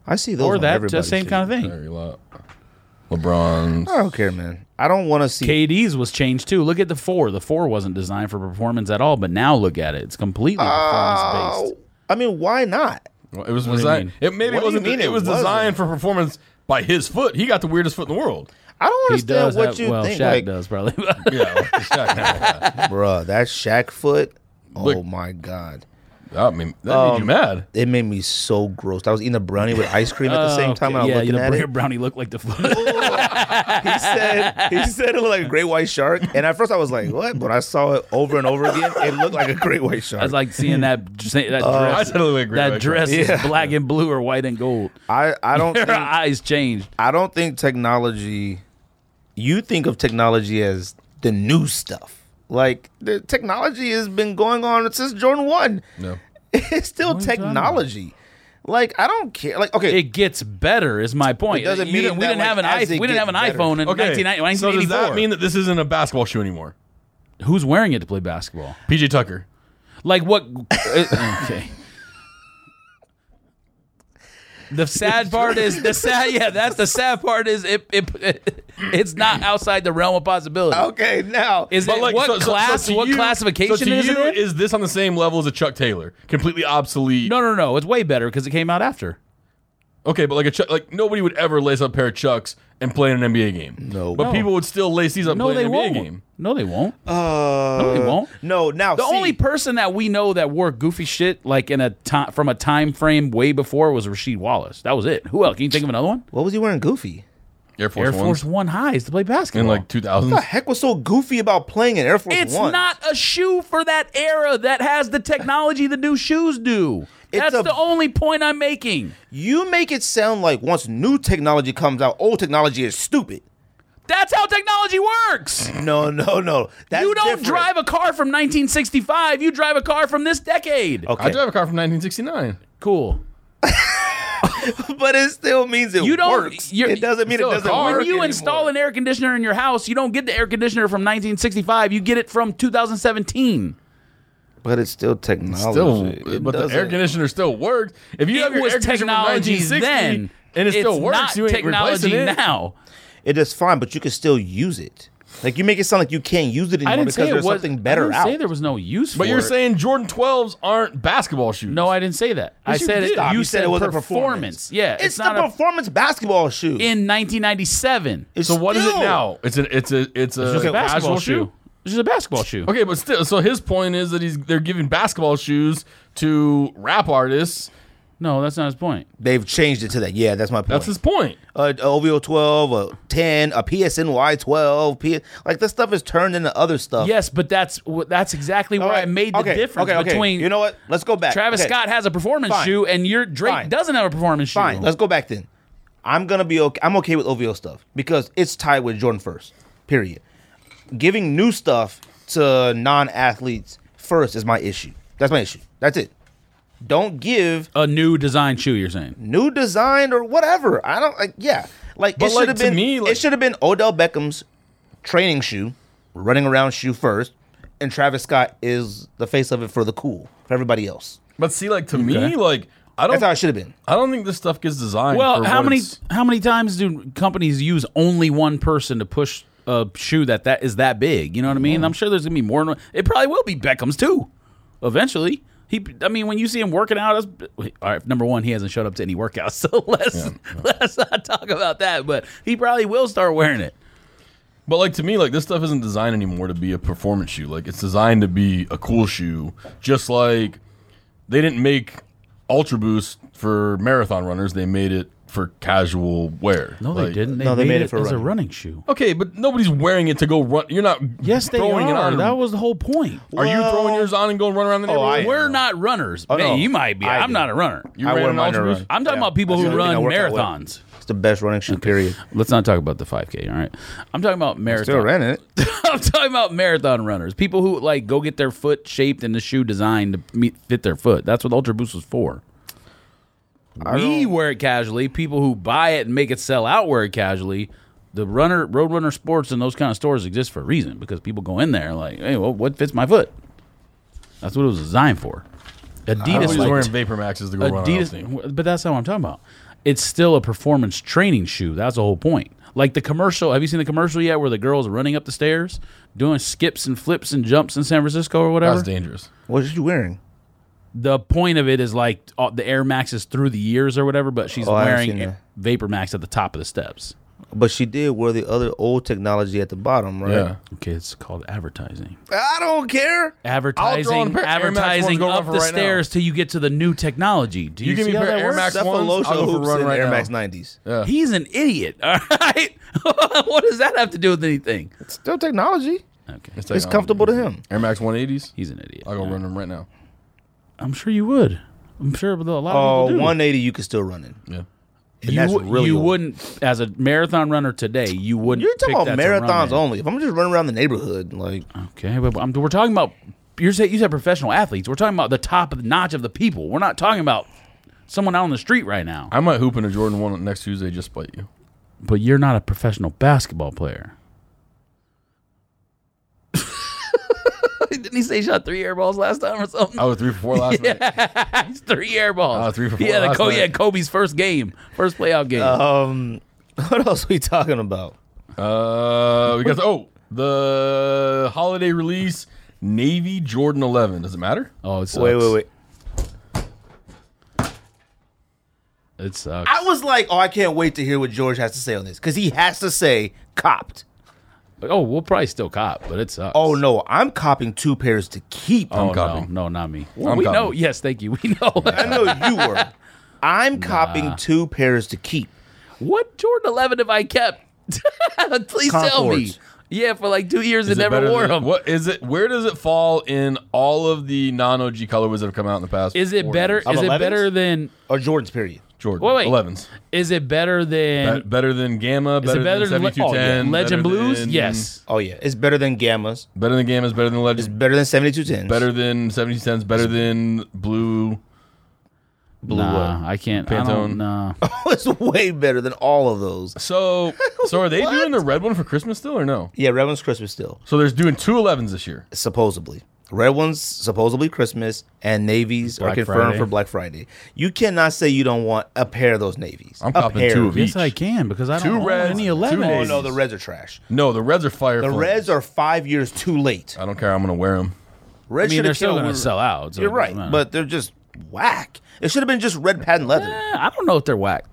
S1: I see those
S2: or
S1: on
S2: that the
S1: everybody's
S2: same
S1: shoes.
S2: kind of thing.
S3: Very lot. LeBron.
S1: I don't care, man. I don't want to see.
S2: KD's was changed too. Look at the four. The four wasn't designed for performance at all, but now look at it. It's completely performance
S1: Oh,
S2: based.
S1: I mean, why not?
S3: Well, It was
S2: do you
S3: designed.
S2: mean?
S3: It maybe
S1: What do
S3: it
S1: you
S3: wasn't.
S1: mean
S3: it
S1: it
S3: was
S1: wasn't?
S3: designed for performance by his foot. He got the weirdest foot in the world.
S1: I don't
S2: He
S1: understand
S2: does
S1: what
S2: have,
S1: you
S2: well,
S1: think.
S2: Shaq
S1: like,
S2: does probably.
S3: Yeah, well, it's Shaq now.
S1: bruh, that Shaq foot. Oh
S3: Look.
S1: my god,
S3: I mean, that
S2: Um,
S3: made you mad.
S1: it made me so gross. I was eating a brownie with ice cream at the same time. and
S2: Okay,
S1: I was
S2: Oh, yeah,
S1: looking
S2: the
S1: at
S2: Brer
S1: it.
S2: brownie looked like the foot.
S1: He said he said it looked like a great white shark, and at first I was like, "What?" But I saw it over and over again. It looked like a great white shark.
S2: That's like seeing that that
S3: I
S2: dress.
S3: said it looked like a great
S2: that
S3: white
S2: dress
S1: shark.
S2: is
S1: Uh, Yeah.
S2: black and blue or white and gold.
S1: I I don't
S2: Her
S3: Mm.
S1: think,
S2: eyes changed.
S1: I don't think technology. You think of technology as the new stuff. Like the technology has been going on since Jordan one.
S3: No.
S1: It's still
S2: are you talking about?
S1: technology. Like I don't care. Like okay,
S2: It gets better, is my point.
S1: It doesn't
S2: You
S1: mean
S2: didn't- we
S1: that,
S2: didn't
S1: like,
S2: have an
S1: as
S2: iPhone.
S1: it
S2: We didn't have an
S1: gets better.
S2: iPhone in
S3: Okay.
S2: 1990
S3: so does that
S2: 1984.
S3: mean that this isn't a basketball shoe anymore?
S2: Who's wearing it to play basketball?
S3: PJ Tucker.
S2: Like what? uh, okay. The sad part is the sad. Yeah, that's the sad part is it. it, it's not outside the realm of possibility.
S1: okay. Now
S2: Is it what
S3: so- so- so
S2: class?
S3: to
S2: what
S3: you-
S2: classification
S3: so to
S2: is
S3: you,
S2: it? in?
S3: Is this on the same level as a Chuck Taylor? Completely obsolete.
S2: No, no, no. It's way better because it came out after.
S3: Okay, but like a Chuck, like nobody would ever lace up a pair of Chucks and play in an NBA game.
S1: No.
S3: but
S1: No.
S3: people would still lace these up
S2: No,
S3: and play
S2: they
S3: in an
S2: won't.
S3: NBA game.
S2: No, they won't.
S1: uh,
S2: No, they won't.
S1: No, now
S2: The
S1: see,
S2: only person that we know that wore goofy shit like in a time from a time frame way before was Rasheed Wallace. That was it. Who else? Can you think of another one?
S1: what was he wearing? Goofy.
S3: Air Force,
S2: Air Force One highs to play basketball.
S3: in like 2000s.
S1: What the heck was so goofy about playing in Air Force
S2: it's
S1: One?
S2: not a shoe for that era that has the technology the new shoes do.
S1: It's
S2: That's
S1: a-
S2: the only point I'm making.
S1: You make it sound like once new technology comes out, old technology is stupid.
S2: That's how technology works.
S1: No, no, no. That's
S2: you don't
S1: different.
S2: drive a car from 1965. You drive a car from this decade.
S1: Okay,
S3: I drive a car from 1969.
S2: Cool.
S1: but it still means it
S2: You don't.
S1: works.
S2: you're-
S1: It doesn't mean it
S2: still a
S1: doesn't
S2: car.
S1: work.
S2: When you
S1: anymore.
S2: install an air conditioner in your house, you don't get the air conditioner from 1965. You get it from 2017.
S1: but it's still technology.
S3: Still,
S1: It
S3: but the air
S1: doesn't-
S3: conditioner still worked. If you have
S2: It
S3: your
S2: was
S3: air conditioner from
S2: technology
S3: 1960
S2: then,
S3: and it still
S2: It's
S3: works,
S2: Not
S3: you ain't
S2: technology
S3: replacing it.
S2: now.
S1: It is fine, but you can still use it. Like you make it sound like you can't use it anymore
S2: I didn't
S1: because
S2: say it
S1: there's
S2: was,
S1: something
S2: I
S1: better
S2: didn't
S1: out.
S2: Say there was no use for
S3: But you're
S2: it.
S3: saying Jordan 12s aren't basketball shoes.
S2: no, I didn't say that. I
S1: you
S2: said
S1: did. Stop.
S2: it. You
S1: You said it was a
S2: performance.
S1: performance.
S2: Yeah,
S1: it's, the
S2: not a,
S1: performance basketball shoe.
S2: in 1997. It's
S1: It's
S3: So what is it
S1: still-
S3: now? It's an it's a it's a,
S2: just a
S1: okay,
S2: basketball
S3: casual
S2: shoe. It's just a basketball shoe.
S3: Okay, but still, so his point is that he's they're giving basketball shoes to rap artists.
S2: No, that's not his point.
S1: They've changed it to that. Yeah, that's my point.
S3: That's his point.
S1: a, a OVO 12, a 10, a PSNY 12. P- like this stuff is turned into other stuff.
S2: Yes, but that's wh- that's exactly where
S1: All right,
S2: I made the
S1: okay,
S2: difference
S1: okay, okay.
S2: between
S1: You know what? Let's go back.
S2: Travis
S1: Okay,
S2: Scott has a performance
S1: Fine.
S2: shoe, and your Drake
S1: Fine.
S2: doesn't have a performance shoe.
S1: Fine, let's go back then. I'm gonna be okay. I'm okay with OVO stuff because it's tied with Jordan first. Period. Giving new stuff to non-athletes first is my issue. That's my issue. That's it. Don't give
S2: A new design shoe, you're saying?
S1: new design or whatever. I don't like. Yeah, like
S3: But,
S1: it
S3: like,
S1: should have
S3: to
S1: been.
S3: me, like-
S1: it should have been Odell Beckham's training shoe, running around shoe first, and Travis Scott is the face of it for the cool for everybody else.
S3: But see, like to me, like I
S1: That's
S3: don't,
S1: how it should have been.
S3: I don't think this stuff gets designed.
S2: Well,
S3: for
S2: how
S3: what
S2: many
S3: it's-
S2: how many times do companies use only one person to push a shoe that that is that big? You know what I mean? I'm sure there's gonna be more. Than one. It probably will be Beckham's too, eventually. He, I mean, when you see him working out, it's, all right. Number one, he hasn't showed up to any workouts, so let's let's not talk about that. But he probably will start wearing it.
S3: But like to me, like this stuff isn't designed anymore to be a performance shoe. Like it's designed to be a cool shoe. Just like they didn't make Ultra Boost for marathon runners, they made it for casual wear.
S2: No, they
S3: Like-
S2: didn't. They
S1: no,
S2: made, it, for as a running shoe.
S3: Okay, but nobody's wearing it to go run. You're not.
S2: Yes, they
S3: throwing
S2: are.
S3: it on.
S2: That was the whole point.
S3: are you throwing
S1: Well- oh,
S3: yours on and going run around the
S1: I-
S3: neighborhood?
S2: We're not runners. Man,
S1: Oh, no.
S2: you might be.
S1: I
S2: I'm
S1: do.
S2: not a runner.
S3: you
S1: I
S3: ran
S1: wear
S3: an
S1: mine to
S3: Ultra
S1: run.
S3: Boost?
S2: I'm talking
S1: Yeah.
S2: about people
S1: That's
S2: who
S1: the only thing
S2: run
S1: I work out with.
S2: marathons.
S1: It's the best running shoe. Period.
S2: Let's not talk about the 5K. All right, I'm talking about
S1: Still
S2: marathon.
S1: ran it.
S2: I'm talking about marathon runners. People who like go get their foot shaped and the shoe designed to meet, fit their foot. That's what Ultra Boost was for. We wear it casually. People who buy it and make it sell out wear it casually. The runner, road runner sports, and those kind of stores exist for a reason because people go in there like, hey, well, what fits my foot? That's what it was designed for. Adidas
S3: Nobody's
S2: like,
S3: wearing Vapor Maxes to go run. I don't think.
S2: Adidas, but that's not what I'm talking about. It's still a performance training shoe. That's the whole point. Like the commercial. Have you seen the commercial yet, where the girls running up the stairs, doing skips and flips and jumps in San Francisco or whatever?
S3: That's dangerous.
S1: What are you wearing?
S2: the point of it is like all, the Air Maxes through the years or whatever, but she's
S1: Oh, I haven't
S2: wearing
S1: seen
S2: Air-
S1: that.
S2: Vapor Max at the top of the steps.
S1: But she did wear the other old technology at the bottom, right?
S3: Yeah.
S2: Okay, it's called advertising.
S1: I don't care.
S3: I'll throw in a
S2: Advertising,
S3: pair of Air Max ones
S2: advertising
S3: going
S2: up
S3: for
S2: the
S3: right now.
S2: stairs till you get to the new technology. Do you,
S3: You give
S2: see
S3: me a
S2: how
S3: pair
S2: that
S3: of Air
S2: works?
S3: Max
S1: Except for
S3: ones,
S1: low
S3: I'll go
S1: show
S3: for a
S1: hoops
S3: run
S1: and
S3: right
S1: Air
S3: now.
S1: Max 90s.
S2: He's an idiot. All right, what does that have to do with anything?
S1: It's still technology.
S2: Okay.
S1: It's comfortable to him.
S3: Air Max 180s.
S2: He's an idiot.
S3: I'll go run them right now.
S2: I'm sure you would. I'm sure a lot
S1: Oh,
S2: of people do.
S1: 180, you can still run it.
S3: Yeah.
S1: And that's
S2: you,
S1: really
S2: you
S1: old.
S2: wouldn't, as a marathon runner today, you wouldn't.
S1: You're talking
S2: pick
S1: about
S2: that to run
S1: marathons
S2: in.
S1: only. If I'm just running around the neighborhood, like
S2: Okay, but I'm, we're talking about you're saying you said professional athletes. We're talking about the top of the notch of the people. We're not talking about someone out on the street right now.
S3: I might hoop in a Jordan 1 next Tuesday just by you.
S2: But you're not a professional basketball player. Didn't he say he shot three air balls last time or something?
S3: I was three for four last night.
S2: He's Oh. three air balls.
S3: Oh, three for
S2: Yeah,
S3: four
S2: the
S3: last
S2: Kobe,
S3: night.
S2: yeah, Kobe's first game, first playoff game.
S1: um what else we talking about?
S3: Uh, we got the, oh the holiday release Navy Jordan 11. Does it matter?
S2: oh, it sucks.
S1: Wait, wait, wait.
S2: It sucks.
S1: I was like, oh, I can't wait to hear what George has to say on this because he has to say copped.
S2: Oh, we'll probably still cop, but it sucks.
S1: Oh no, I'm copping two pairs to keep.
S2: Oh,
S3: I'm copying.
S2: No, no, not me.
S3: I'm
S2: we
S3: copying.
S2: know. Yes, thank you. We know.
S1: I know you were. I'm copping two pairs to keep.
S2: what Jordan 11 have I kept? Please tell me.
S1: Concords.
S2: Yeah, for like two years and
S3: Is it
S2: never
S3: better
S2: wore
S3: than-
S2: them.
S3: What is it? Where does it fall in all of the non OG colorways that have come out in the past?
S2: Is it
S3: four
S2: better?
S3: years?
S1: Of
S2: Is it
S1: 11s?
S2: better than?
S1: Or Jordan's period.
S3: Jordan
S2: Wait, wait.
S3: 11s.
S2: Is it better
S3: Be-
S2: than?
S3: better than Gamma.
S2: Is
S3: Better,
S2: it better than? Le- oh, yeah.
S3: 7210.
S2: Legend
S3: better
S2: Blues?
S3: than-
S2: yes.
S1: Oh yeah. It's better than gammas.
S3: Better than Gammas. Better than
S1: It's
S3: Legends.
S1: better than 7210s.
S3: Better than 7210s. Better than Blue.
S2: Blue nah, I can't. I
S3: Pantone.
S2: don't know.
S1: it's way better than all of those.
S3: So so are they
S1: What?
S3: doing the red one for Christmas still or no?
S1: Yeah, red one's Christmas still,
S3: So they're doing two 11s this year.
S1: supposedly. Red one's supposedly Christmas, and navies are
S2: Black
S1: confirmed
S2: Friday.
S1: for Black Friday. You cannot say you don't want a pair of those navies.
S3: I'm
S1: A
S3: copping
S1: pair.
S3: two of
S2: Yes,
S3: Each.
S2: I can because I don't
S3: Two
S2: own
S3: reds,
S2: any
S3: two
S2: 11s.
S1: Oh
S3: days.
S1: no, the reds are trash.
S3: No, the Reds are fire.
S1: The
S3: flames.
S1: reds are five years too late.
S3: Uh, I don't care. I'm gonna wear them.
S2: I
S1: Reds
S2: mean,
S1: should
S2: they're
S1: have
S2: still
S1: killed.
S2: going to sell out. so
S1: You're
S2: it
S1: right,
S2: doesn't matter.
S1: but they're just whack. It should have been just red patent leather.
S2: Eh, I don't know if they're whack.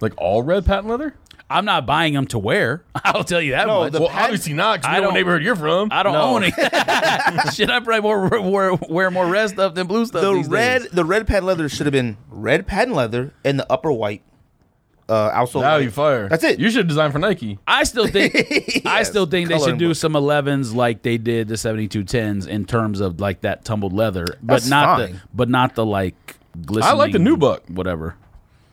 S3: Like all red patent leather?
S2: I'm not buying them to wear. I'll tell you that
S1: No,
S2: much.
S1: the
S3: well,
S1: patent-
S3: obviously not. 'cause
S2: I
S3: we know what
S2: don't-
S3: neighborhood you're from.
S2: I don't own it. Shit, I probably more, wear, wear more red stuff than blue stuff.
S1: The
S2: these
S1: red,
S2: days.
S1: the red patent leather should have been red patent leather and the upper white uh, outsole.
S3: Now
S1: white.
S3: you fire.
S1: That's it.
S3: You should design for Nike.
S2: I still think I
S1: Yes,
S2: still think they should
S1: coloring
S2: do
S1: book.
S2: some 11s like they did the 7210s in terms of like that tumbled leather, but
S1: That's
S2: not the
S1: fine.
S2: but not the like glistening.
S3: the new buck.
S2: Whatever.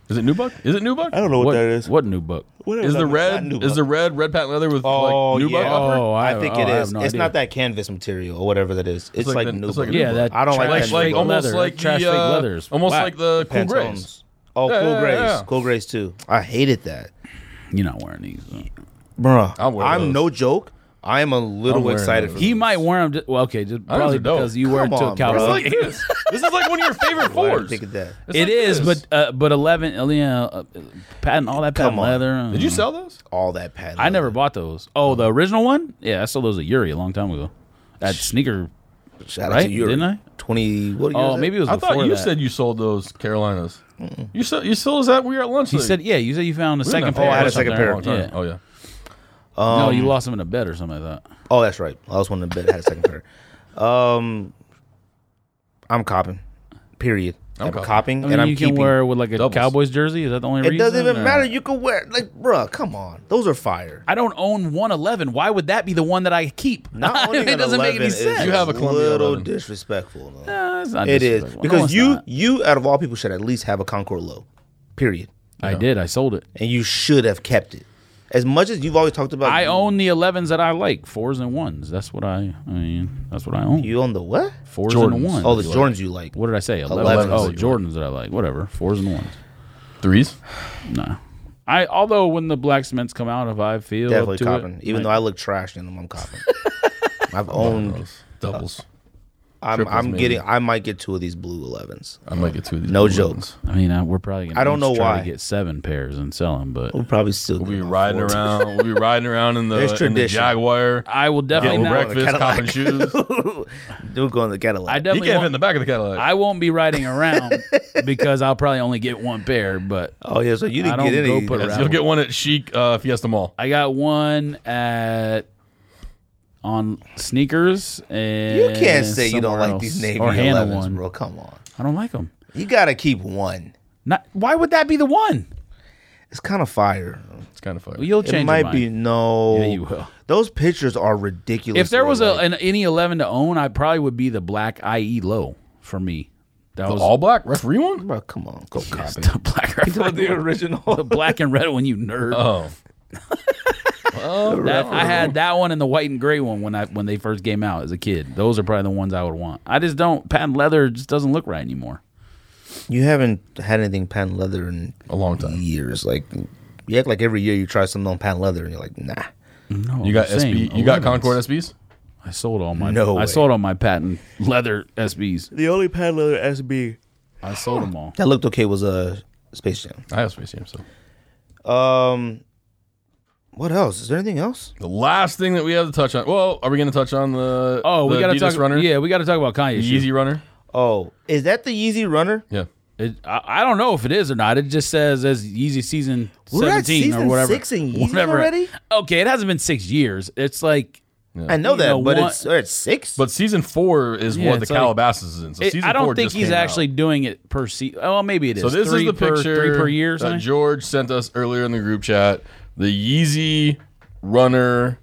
S3: Is it New Buck? Is it New Buck?
S1: I don't know what, that is.
S2: What new buck?
S1: What
S3: Is the
S1: about-
S3: red
S1: not nubuck.
S3: is the red red patent leather with
S1: Oh,
S3: like nubuck
S1: yeah.
S3: upper?
S2: Oh, I
S1: I,
S2: have-
S1: think
S2: oh,
S1: it
S2: I have
S1: is.
S2: no
S1: it's
S2: idea.
S1: not that canvas material or whatever that is. It's,
S3: like
S1: like,
S3: the-
S1: new.
S3: it's like a
S2: yeah,
S3: nubuck.
S2: that
S1: I don't like
S2: trash
S1: that
S2: fake
S3: like almost
S2: leather,
S3: like
S2: trash
S3: the,
S2: fake
S3: uh,
S2: leathers,
S3: almost
S2: Whack.
S3: like the cool grays.
S1: Pantones. Oh,
S3: Yeah,
S1: cool
S3: yeah,
S1: grays,
S3: yeah.
S1: cool grays too. I hated that,
S2: You're not wearing these. though.
S1: bruh.
S3: I'll wear
S1: I'm
S3: those.
S1: no joke. I am a
S3: I'm
S1: little
S3: wearing
S1: excited
S3: those.
S1: for
S2: He
S1: this.
S2: might wear them. Just, well, okay, just
S3: Those
S2: probably
S3: are dope.
S2: because you wear
S1: Come
S2: them to a
S1: on,
S3: It's
S1: bro.
S2: cowboy.
S3: like this. This is like one of your favorite
S1: Why did I
S3: fours.
S1: think of that.
S3: It's
S2: It
S3: like
S2: is,
S3: this.
S2: but uh, but eleven, uh, yeah, uh, patent all that patent
S1: Come on.
S2: leather. uh,
S3: did you sell those?
S1: All that patent.
S2: I never bought those. Oh, the original one? Yeah, I sold those at Yuri a long time ago. At sneaker,
S1: Shout out
S2: right?
S1: to you.
S2: Didn't I?
S1: Twenty. What year
S2: Oh,
S1: was it?
S2: maybe it was.
S3: I thought
S2: before
S3: you
S2: that.
S3: said you sold those Carolinas. You sold you sold us that we were at lunch.
S2: He said, yeah. You said you found a second pair.
S1: Oh, I had
S2: or
S1: a second
S2: something.
S1: pair.
S2: Yeah.
S3: Oh yeah.
S2: no, you lost them in a bed or something like that.
S1: Oh, that's right. I was one in the bed. Had a second pair. Um, I'm copping. Period. I'm,
S3: copping.
S1: copping,
S2: I mean,
S1: and I'm
S2: you
S1: keeping.
S2: can wear with like a
S3: doubles.
S2: Cowboys jersey. Is that the only
S1: it
S2: reason? uh,
S1: doesn't even
S2: or-
S1: matter. You can wear like, bruh. Come on, those are fire.
S2: I don't own one eleven. Why would that be the one that I keep?
S1: Not only
S2: it
S1: an
S2: doesn't make
S1: 11
S2: any
S1: is
S2: sense.
S3: You have a Columbia
S1: little
S3: 11.
S1: disrespectful. though.
S2: Uh, it's not
S1: it is
S2: disrespectful. No,
S1: because
S2: it's
S1: you
S2: not.
S1: you out of all people should at least have a Concord low, period.
S2: I did. I sold it.
S1: And you should have kept it. As much as you've always talked about,
S2: I
S1: you-
S2: own the 11s that I like, fours and ones. That's what I. I mean, that's what I own.
S1: You own the what?
S2: Fours
S3: Jordans.
S2: and ones.
S1: Oh, the Jordans you like.
S2: What did I say? 11s.
S1: 11s
S2: Oh,
S3: that you
S2: Jordans that I like. Whatever. Fours and ones.
S3: Threes.
S2: No. I although when the black cements come out, if I feel
S1: Definitely
S2: up to
S1: copping.
S2: it,
S1: Even though I look trash in them, I'm copping. I've owned.
S3: Doubles.
S1: I'm,
S3: Triples,
S1: I'm
S3: maybe.
S1: getting. I might get two of these blue 11s.
S3: I might get two of these.
S1: No
S3: blue
S1: joke.
S3: ones.
S2: I mean I, we're probably gonna.
S1: I don't
S2: each
S1: know
S2: try to
S1: why.
S2: get seven pairs and sell them, but
S1: We'll probably still.
S3: We'll be riding around. We'll be riding around in the,
S1: There's
S3: in the
S1: tradition.
S3: Jaguar.
S2: I will definitely
S3: Getting
S1: we're
S2: not.
S1: right-
S3: breakfast,
S1: Cadillac.
S3: copping shoes.
S1: We'll go in the
S2: I
S1: Cadillac.
S3: He
S2: definitely.
S3: can't fit in
S2: Won't,
S3: the back of the Cadillac.
S2: I won't be riding around because I'll probably only get one pair. But
S1: oh yeah, so you
S2: I
S1: didn't
S2: don't
S1: get
S2: go
S1: any.
S2: put
S3: Yes,
S2: around.
S3: you'll get one at Chic uh, Fiesta Mall.
S2: I got one at on sneakers and
S1: you can't say you don't
S2: somewhere
S1: like these
S2: else.
S1: Navy
S2: or Hannah
S1: 11s,
S2: one.
S1: bro. Come on,
S2: I don't like them.
S1: you gotta keep one.
S2: Not why would that be the one?
S1: It's kind of fire.
S3: It's kind of fun.
S2: You'll change
S1: it
S2: your
S1: might
S2: mind.
S1: be no.
S2: Yeah, you will.
S1: Those pictures are ridiculous.
S2: If there was a,
S1: Like,
S2: an any eleven to own, I probably would be the black IE low for me. That was
S3: all black referee one.
S1: bro, come on, go cop it.
S2: the black.
S1: The
S2: the
S1: original.
S2: black and red one, you nerd.
S3: Oh,
S2: That- I had that one and the white and gray one when I when they first came out as a kid. Those are probably the ones I would want. I just don't patent leather just doesn't look right anymore.
S1: You haven't had anything patent leather in
S3: a long time.
S1: years. Like you act like every year you try something on patent leather, and you're like, nah.
S2: No,
S3: You got
S2: I'm saying
S3: SB. You got
S2: 11s.
S3: Concord SBs.
S2: I sold all my.
S1: No
S2: I
S1: way.
S2: sold all my patent leather SBs.
S1: The only patent leather SB
S2: I sold them all.
S1: that looked okay was a uh, Space Jam.
S3: I have Space Jam. So
S1: Um, what else? Is there anything else?
S3: the last thing that we have to touch on. Well, are we going to touch on the?
S2: Oh, we
S3: the
S2: got to
S3: Adidas
S2: talk.
S3: runner.
S2: Yeah, we got to talk about Kanye.
S3: The Yeezy runner.
S1: Oh, is that the Yeezy Runner?
S3: Yeah.
S2: It, I, I don't know if it is or not. It just says as Yeezy season
S1: We're at
S2: seventeen or
S1: season
S2: whatever.
S1: six in Yeezys already?
S2: Okay, it hasn't been six years. It's like
S1: I know
S2: You
S1: that,
S2: know,
S1: but
S2: one-
S1: it's or it's six.
S3: But season four is
S2: Yeah,
S3: what the
S2: it's like-
S3: Calabasas is in. So
S2: it-
S3: season
S2: I don't
S3: four
S2: think
S3: just
S2: he's
S3: came out.
S2: actually doing it per season. Oh, maybe it is.
S3: So this
S2: three
S3: is the
S2: per,
S3: picture
S2: three per year. or
S3: that
S2: something?
S3: George sent us earlier in the group chat. The Yeezy runner.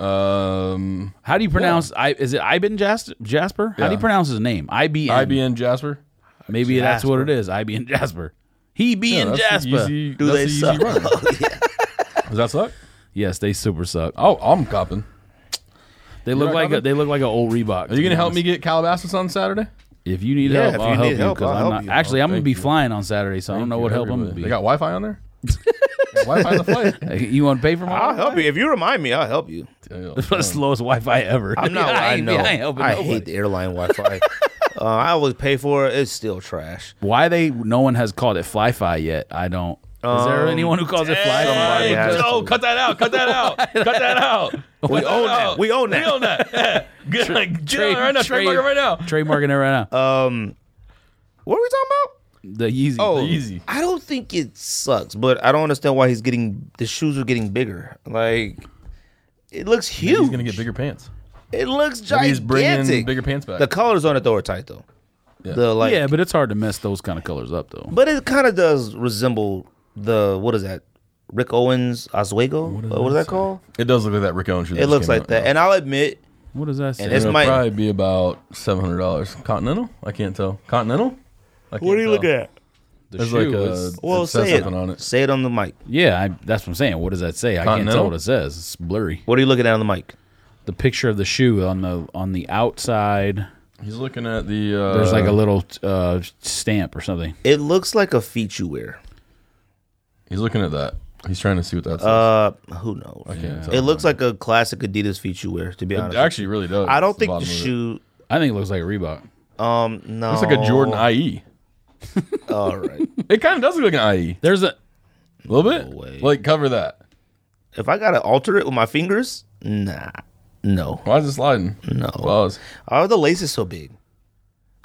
S3: Um,
S2: How do you pronounce? I is it Ibn Jas- Jasper? How do
S3: Yeah.
S2: you pronounce his name? IBN.
S3: IBN Jasper.
S2: Maybe that's what it is. IBN Jasper. He being
S3: Yeah, that's the
S2: Jasper.
S3: Yeezy-
S1: Do
S3: that's
S1: they
S3: the Yeezy
S1: suck? Oh,
S3: runner. Does that suck?
S2: Yes, they super suck.
S3: Oh, I'm copping.
S2: They look
S3: not
S2: like a,
S3: coming?
S2: they look like an old Reebok.
S3: Are you going to help me get Calabasas on Saturday?
S2: If you need
S1: Yeah,
S2: help,
S1: if you
S2: I'll
S1: need
S2: help you
S1: help,
S2: because
S1: I'll
S2: I'm
S1: help
S2: not.
S1: you.
S2: Actually, I'm gonna
S3: thank
S2: be
S3: you.
S2: flying on Saturday, so I don't know what help I'm gonna
S3: They
S2: be.
S3: got Wi-Fi on there. Wi-Fi on the flight.
S2: you want to pay for my?
S1: I'll help you if you remind me. I'll help you.
S2: That's the slowest Wi-Fi ever.
S1: I'm not.
S2: I
S1: I,
S2: ain't-
S1: know.
S2: I ain't helping
S1: I
S2: nobody.
S1: hate the airline Wi-Fi. uh, I always pay for it. It's still trash.
S2: Why they? No one has called it Fly-Fi yet. I don't. Is there
S1: Um,
S2: anyone who calls it Fly-Fi?
S1: somebody
S3: Hey,
S1: has
S3: no,
S1: to.
S3: cut that out! Cut that out! cut that out!
S1: We own that. We own
S3: We
S1: that.
S3: own that. Yeah. Get, get on it right now.
S2: trade-
S3: Trademark it right now.
S2: Trademarking it right now.
S1: Um, what are we talking about?
S2: the Yeezy.
S1: Oh,
S3: Yeezy.
S1: I don't think it sucks, but I don't understand why he's getting the shoes are getting bigger. Like it looks huge.
S3: He's gonna get bigger pants.
S1: It looks
S3: Maybe
S1: gigantic.
S3: he's bringing bigger pants back.
S1: The colors on it though are tight though. The like,
S2: yeah, but it's hard to mess those kind of colors up though.
S1: but it kind of does resemble the what is that? Rick Owens Oswego? What is, that called?
S3: it does look like that Rick Owens shoe. that
S1: It
S3: just
S1: looks
S3: came
S1: like
S3: out.
S1: that. And I'll admit,
S2: What does that say?
S1: And it's
S3: It'll
S1: my-
S3: probably be about seven hundred dollars. Continental? I can't tell. Continental? I can't what
S1: at?
S2: the
S3: There's
S2: shoe.
S3: like a-
S2: is-
S1: Well,
S3: It says
S1: say it.
S3: something on it.
S1: Say it on the mic.
S2: yeah, I, that's what I'm saying. What does that say? I can't
S3: Continental?
S2: tell what it says. It's blurry.
S1: What are you looking at on the mic?
S2: The picture of the shoe on the on the outside.
S3: He's looking at the. Uh,
S2: There's like a little uh, stamp or something.
S1: It looks like a feet you wear.
S3: He's looking at that. He's trying to see what that says.
S1: Uh, who knows?
S3: can't tell.
S1: It looks like a classic Adidas feet you wear. To be honest,
S3: it actually really does.
S1: I don't
S3: It's the
S1: think the
S3: bottom of
S1: shoe.
S3: it.
S2: I think it looks like a Reebok.
S1: Um, no,
S3: It's like a Jordan IE.
S1: All right.
S3: It kind of does look like an IE.
S2: There's a
S3: A little bit.
S1: way.
S3: Like cover that.
S1: If I gotta alter it with my fingers, nah, no,
S3: Why is it sliding?
S1: no.
S3: Well, it's-
S1: Why are the laces so big?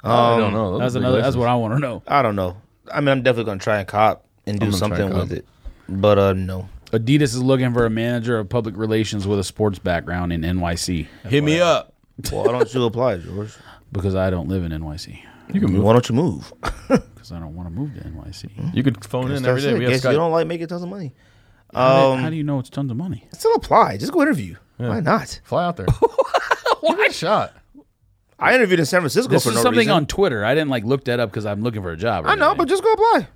S3: I
S1: Um,
S3: don't know. Those
S2: that's
S3: are big
S2: another. That's
S3: laces.
S2: what I want to know.
S1: I don't know. I mean, I'm definitely gonna try and cop and do
S3: gonna try
S1: something
S3: and
S1: with
S3: cop.
S1: it, but uh, no.
S2: Adidas is looking for a manager of public relations with a sports background in NYC
S3: Hit me up.
S1: Why don't you apply, George?
S2: because I don't live in NYC
S3: You can move.
S1: Why don't you move?
S2: because I don't want to move to NYC.
S3: You could phone in every
S1: That's
S3: day.
S1: it.
S3: We have
S1: Guess you
S3: Skype.
S1: don't like making tons of money.
S2: How,
S1: Um,
S2: do, how do you know it's tons of money?
S1: Still apply. Just go interview. Why not?
S3: Fly out there. Give it a shot.
S1: I interviewed in San Francisco
S2: This
S1: for
S2: is
S1: no
S2: something
S1: reason.
S2: on Twitter. I didn't like look that up because I'm looking for a job. or
S1: I know,
S2: anything.
S1: but just go apply.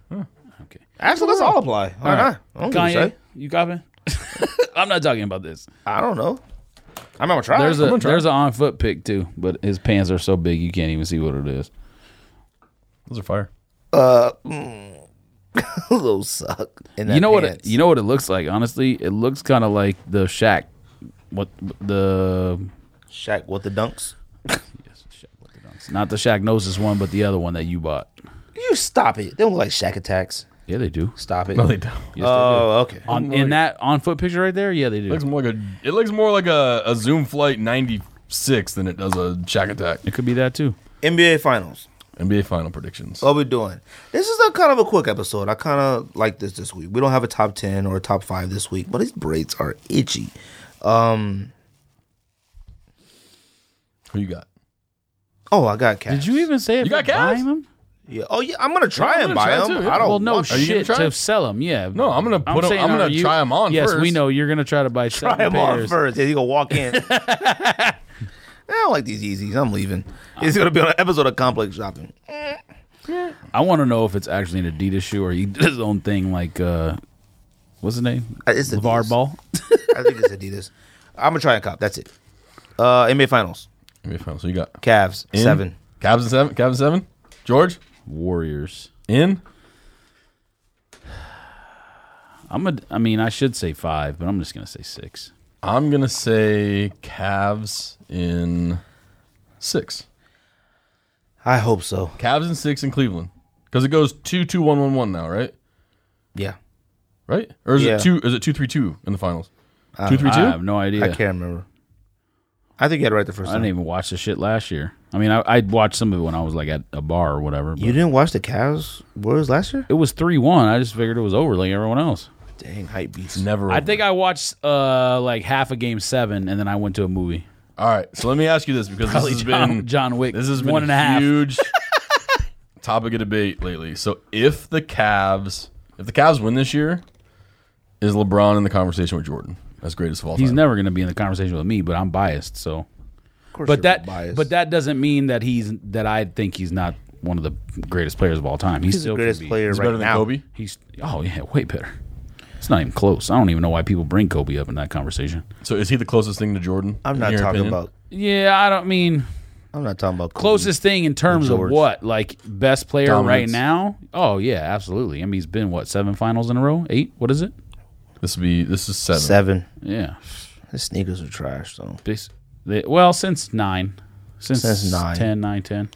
S2: okay.
S1: Actually, let's all apply. Why
S2: All right.
S1: not? I don't give a
S2: Kanye,
S1: shit.
S2: you copying? I'm not talking about this.
S1: I don't know. I'm gonna try.
S2: There's a
S3: gonna try.
S2: there's an on foot pick too, but his pants are so big you can't even see what it is.
S3: Those are fire.
S1: those suck. in that
S2: you know what? It,
S1: pants.
S2: you know what it looks like. Honestly, it looks kind of like the Shaq. What the?
S1: Shaq with the dunks.
S2: Not the Shaq Gnosis one, but the other one that you bought.
S1: You stop it. They don't look like Shaq attacks.
S2: Yeah, they do.
S1: Stop it.
S3: No, they don't.
S2: Yes, they do.
S1: oh, okay.
S2: on in that on foot picture right there, yeah, they do.
S3: It looks more like a. It looks more like a, a Zoom flight ninety six than it does a Shack Attack.
S2: It could be that too.
S1: NBA Finals.
S3: NBA final predictions.
S1: What we doing? This is a kind of a quick episode. I kind of like this this week. We don't have a top ten or a top five this week, but these braids are itchy. Um.
S3: Who you got?
S1: Oh, I got cash.
S2: Did you even say it?
S3: You got
S2: buy
S3: Cavs?
S2: them?
S1: Yeah. Oh yeah. I'm gonna try
S3: Yeah, I'm
S1: and
S3: gonna
S1: buy
S3: try
S1: them.
S3: too, yeah.
S1: I don't.
S2: Well, no
S1: want-
S3: Are you
S2: shit
S3: gonna try
S2: to
S3: it?
S2: sell them. Yeah.
S3: No, I'm gonna put 'em- I'm gonna
S2: are you-
S3: try 'em on
S2: Yes, we
S3: first.
S2: know you're gonna try to buy try
S1: Try
S2: seven
S1: them on
S2: pairs.
S1: first. Then you gonna walk in. I don't like these Yeezys. I'm leaving. It's gonna be on an episode of Complex Shopping.
S2: I want to know if it's actually an Adidas shoe or he did his own thing. Like, uh, what's his name?
S1: Uh, it's
S2: LeVar
S1: Adidas.
S2: Ball.
S1: I think it's Adidas. I'm gonna try and cop. That's it. Uh, NBA Finals.
S3: NBA final. So you got
S1: Cavs
S3: in?
S1: seven.
S3: Cavs and seven. Cavs and seven. George
S2: Warriors.
S3: in.
S2: I'm a. I mean, I should say five, but I'm just gonna say six.
S3: I'm gonna say Cavs in six.
S1: I hope so.
S3: Cavs in six in Cleveland because it goes two two one one one now, right?
S1: Yeah.
S3: Right? Or is
S1: Yeah. Uh,
S3: it two? Is it two three two in the finals? Two three
S2: I have
S3: two.
S2: no idea.
S1: I can't remember. I think you had it right the first
S2: I didn't
S1: time.
S2: even watch the shit last year. I mean, I, I watched some of it when I was like at a bar or whatever. But
S1: You didn't watch the Cavs Warriors last year?
S2: it was three one. I just figured it was over like everyone else.
S1: Dang, hype beats.
S3: Never.
S2: I
S3: over.
S2: think I watched uh like half of game seven, and then I went to a movie.
S3: All right. So let me ask you this because this
S2: Probably
S3: has
S2: John-
S3: been
S2: John Wick,
S3: This has been
S2: one
S3: a
S2: and a half.
S3: huge topic of debate lately. So if the Cavs, if the Cavs win this year, is LeBron in the conversation with Jordan as greatest of all
S2: He's
S3: time?
S2: never going to be in the conversation with me, but I'm biased. So,
S1: Of course
S2: but
S1: you're
S2: that
S1: biased.
S2: but that doesn't mean that he's that I think he's not one of the greatest players of all time. He's,
S1: he's
S2: still
S1: the
S2: can
S1: greatest
S2: be.
S1: player
S3: He's
S1: right
S3: better than
S1: now.
S3: Kobe.
S2: He's oh yeah, way better. It's not even close. I don't even know why people bring Kobe up in that conversation.
S3: So is he the closest thing to Jordan?
S1: I'm
S3: in
S1: not
S3: your
S1: talking
S3: opinion?
S1: about.
S2: Yeah, I don't mean
S1: I'm not talking about Kobe.
S2: closest thing in terms of
S1: George.
S2: what like best player right
S3: Dominance.
S2: now. Oh yeah, absolutely. I mean, he's been what seven finals in a row, eight. What is it?
S3: This would be this is seven.
S1: Seven.
S2: Yeah.
S1: His sneakers are trash, though.
S2: Bas- they- well, since nine. Since,
S1: Since nine.
S2: 10, 9, 10.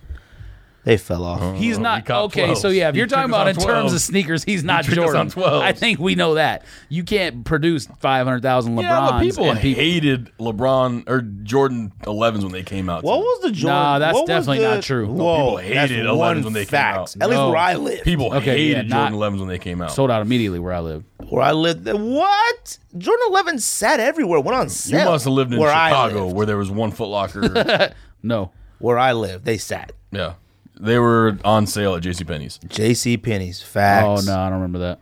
S1: They fell off.
S2: He's not
S3: caught
S2: okay.
S3: 12.
S2: So yeah, if
S3: You
S2: you're talking
S3: tricked us
S2: about in
S3: on
S2: terms
S3: 12.
S2: of sneakers, he's not
S3: tricked us
S2: Jordan.
S3: on 12.
S2: I think we know that. You can't produce 500,000 LeBrons
S3: Yeah, but people
S2: and people.
S3: hated LeBron or Jordan 11s when they came out.
S1: What
S3: too.
S1: was the Jordan?
S2: Nah, that's
S1: what was
S2: definitely
S1: the-
S2: not true. No,
S1: Whoa,
S3: people hated
S1: that's
S3: 11s
S1: one
S3: when they came
S1: fact.
S3: out.
S1: At least
S2: No.
S1: where I live,
S3: people
S2: Okay, yeah,
S3: hated
S2: not-
S3: Jordan 11s when they came out?
S2: sold out immediately where I live.
S1: where I lived, what Jordan Eleven sat everywhere. Went on
S3: you
S1: sale.
S3: must have lived in
S1: where I
S3: Chicago
S1: lived.
S3: where there was one Foot Locker.
S2: No.
S1: Where I lived, they sat.
S3: yeah, they were on sale at JCPenney's.
S1: J.C. Penney's facts.
S2: Oh no, I don't remember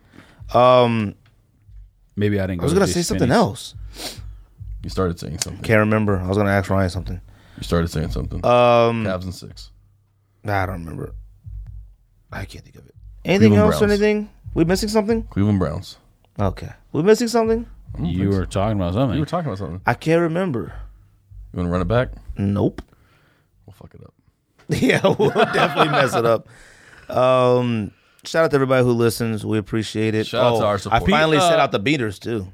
S2: that.
S1: Um,
S2: Maybe I didn't. Go
S1: I was gonna say something else.
S3: You started saying something.
S1: Can't remember. I was gonna ask Ryan something.
S3: You started saying something. Cavs and six.
S1: Nah, I don't remember. I can't think of it. Anything
S3: Cleveland
S1: else? or
S3: Browns.
S1: Anything? We missing something?
S3: Cleveland Browns.
S1: Okay, we missing something?
S2: You
S1: Mm-hmm.
S2: were talking about
S3: We
S2: something.
S3: were talking about something.
S1: I can't remember.
S3: You want to run it back?
S1: Nope.
S3: We'll fuck it up.
S1: Yeah, we'll definitely mess it up. Um, shout out to everybody who listens. We appreciate it. Oh,
S3: Shout out to our
S1: I
S3: support.
S1: finally
S2: Be-
S1: sent
S2: uh,
S1: out the beaters too.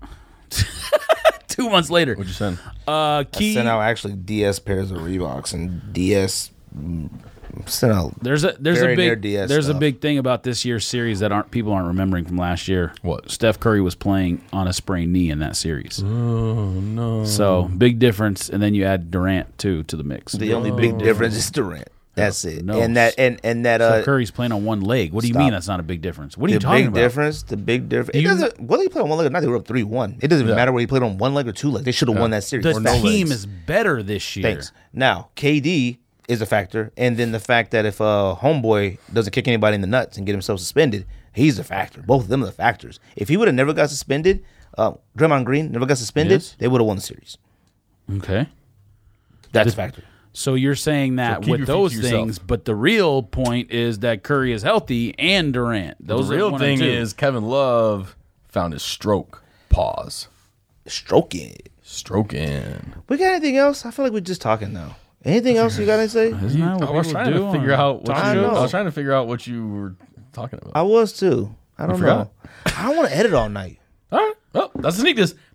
S2: Two months later.
S3: What'd you send?
S2: Uh, key.
S1: Sent out actually DS pairs of Reeboks and DS mm, sent out.
S2: There's a there's
S1: Very
S2: a
S1: near
S2: big
S1: DS
S2: there's a
S1: stuff.
S2: big thing about this year's series that aren't people aren't remembering from last year.
S3: What?
S2: Steph Curry was playing on a sprained knee in that series.
S3: Oh no.
S2: So big difference, and then you add Durant too to the mix.
S1: The only big difference is Durant. That's it.
S2: No.
S1: And that and and that
S2: Steph
S1: uh,
S2: Curry's playing on one leg. What do you
S1: Stop.
S2: mean that's not a big difference? What are you
S1: the
S2: talking
S1: big
S2: about?
S1: difference. The big difference. It
S2: you-
S1: doesn't whether you play on one leg or not. They were up three one. It doesn't matter whether you played on one leg or two leg. They should have won that series.
S2: The
S1: Or no
S2: team
S1: legs.
S2: is better this year.
S1: Thanks. Now, KD is a factor, and then the fact that if uh, homeboy doesn't kick anybody in the nuts and get himself suspended, he's a factor. Both of them are the factors. If he would have never got suspended, uh, Draymond Green never got suspended,
S2: Yes.
S1: they would have won the series.
S2: Okay.
S1: That's a factor.
S2: So you're saying that
S3: keep your
S2: with
S3: feet to
S2: those
S3: yourself.
S2: things, but the real point is that Curry is healthy and Durant.
S3: the
S2: Those are
S3: real
S2: one and
S3: thing
S2: two.
S3: is Kevin Love found his stroke. Pause.
S1: Stroking.
S3: Stroke in.
S1: We got anything else? I feel like we're just talking now. Anything else you gotta say?
S2: Isn't that what
S3: I was
S2: people
S3: trying
S2: do
S3: to
S2: on
S3: figure out what
S2: talk
S1: I
S3: you,
S1: know.
S2: shows?
S3: I was trying to figure out what you were talking about.
S1: I was too. I don't
S3: forgot.
S1: know. I don't want to edit all night.
S2: Oh,
S3: All right. Well, that's the sneakers.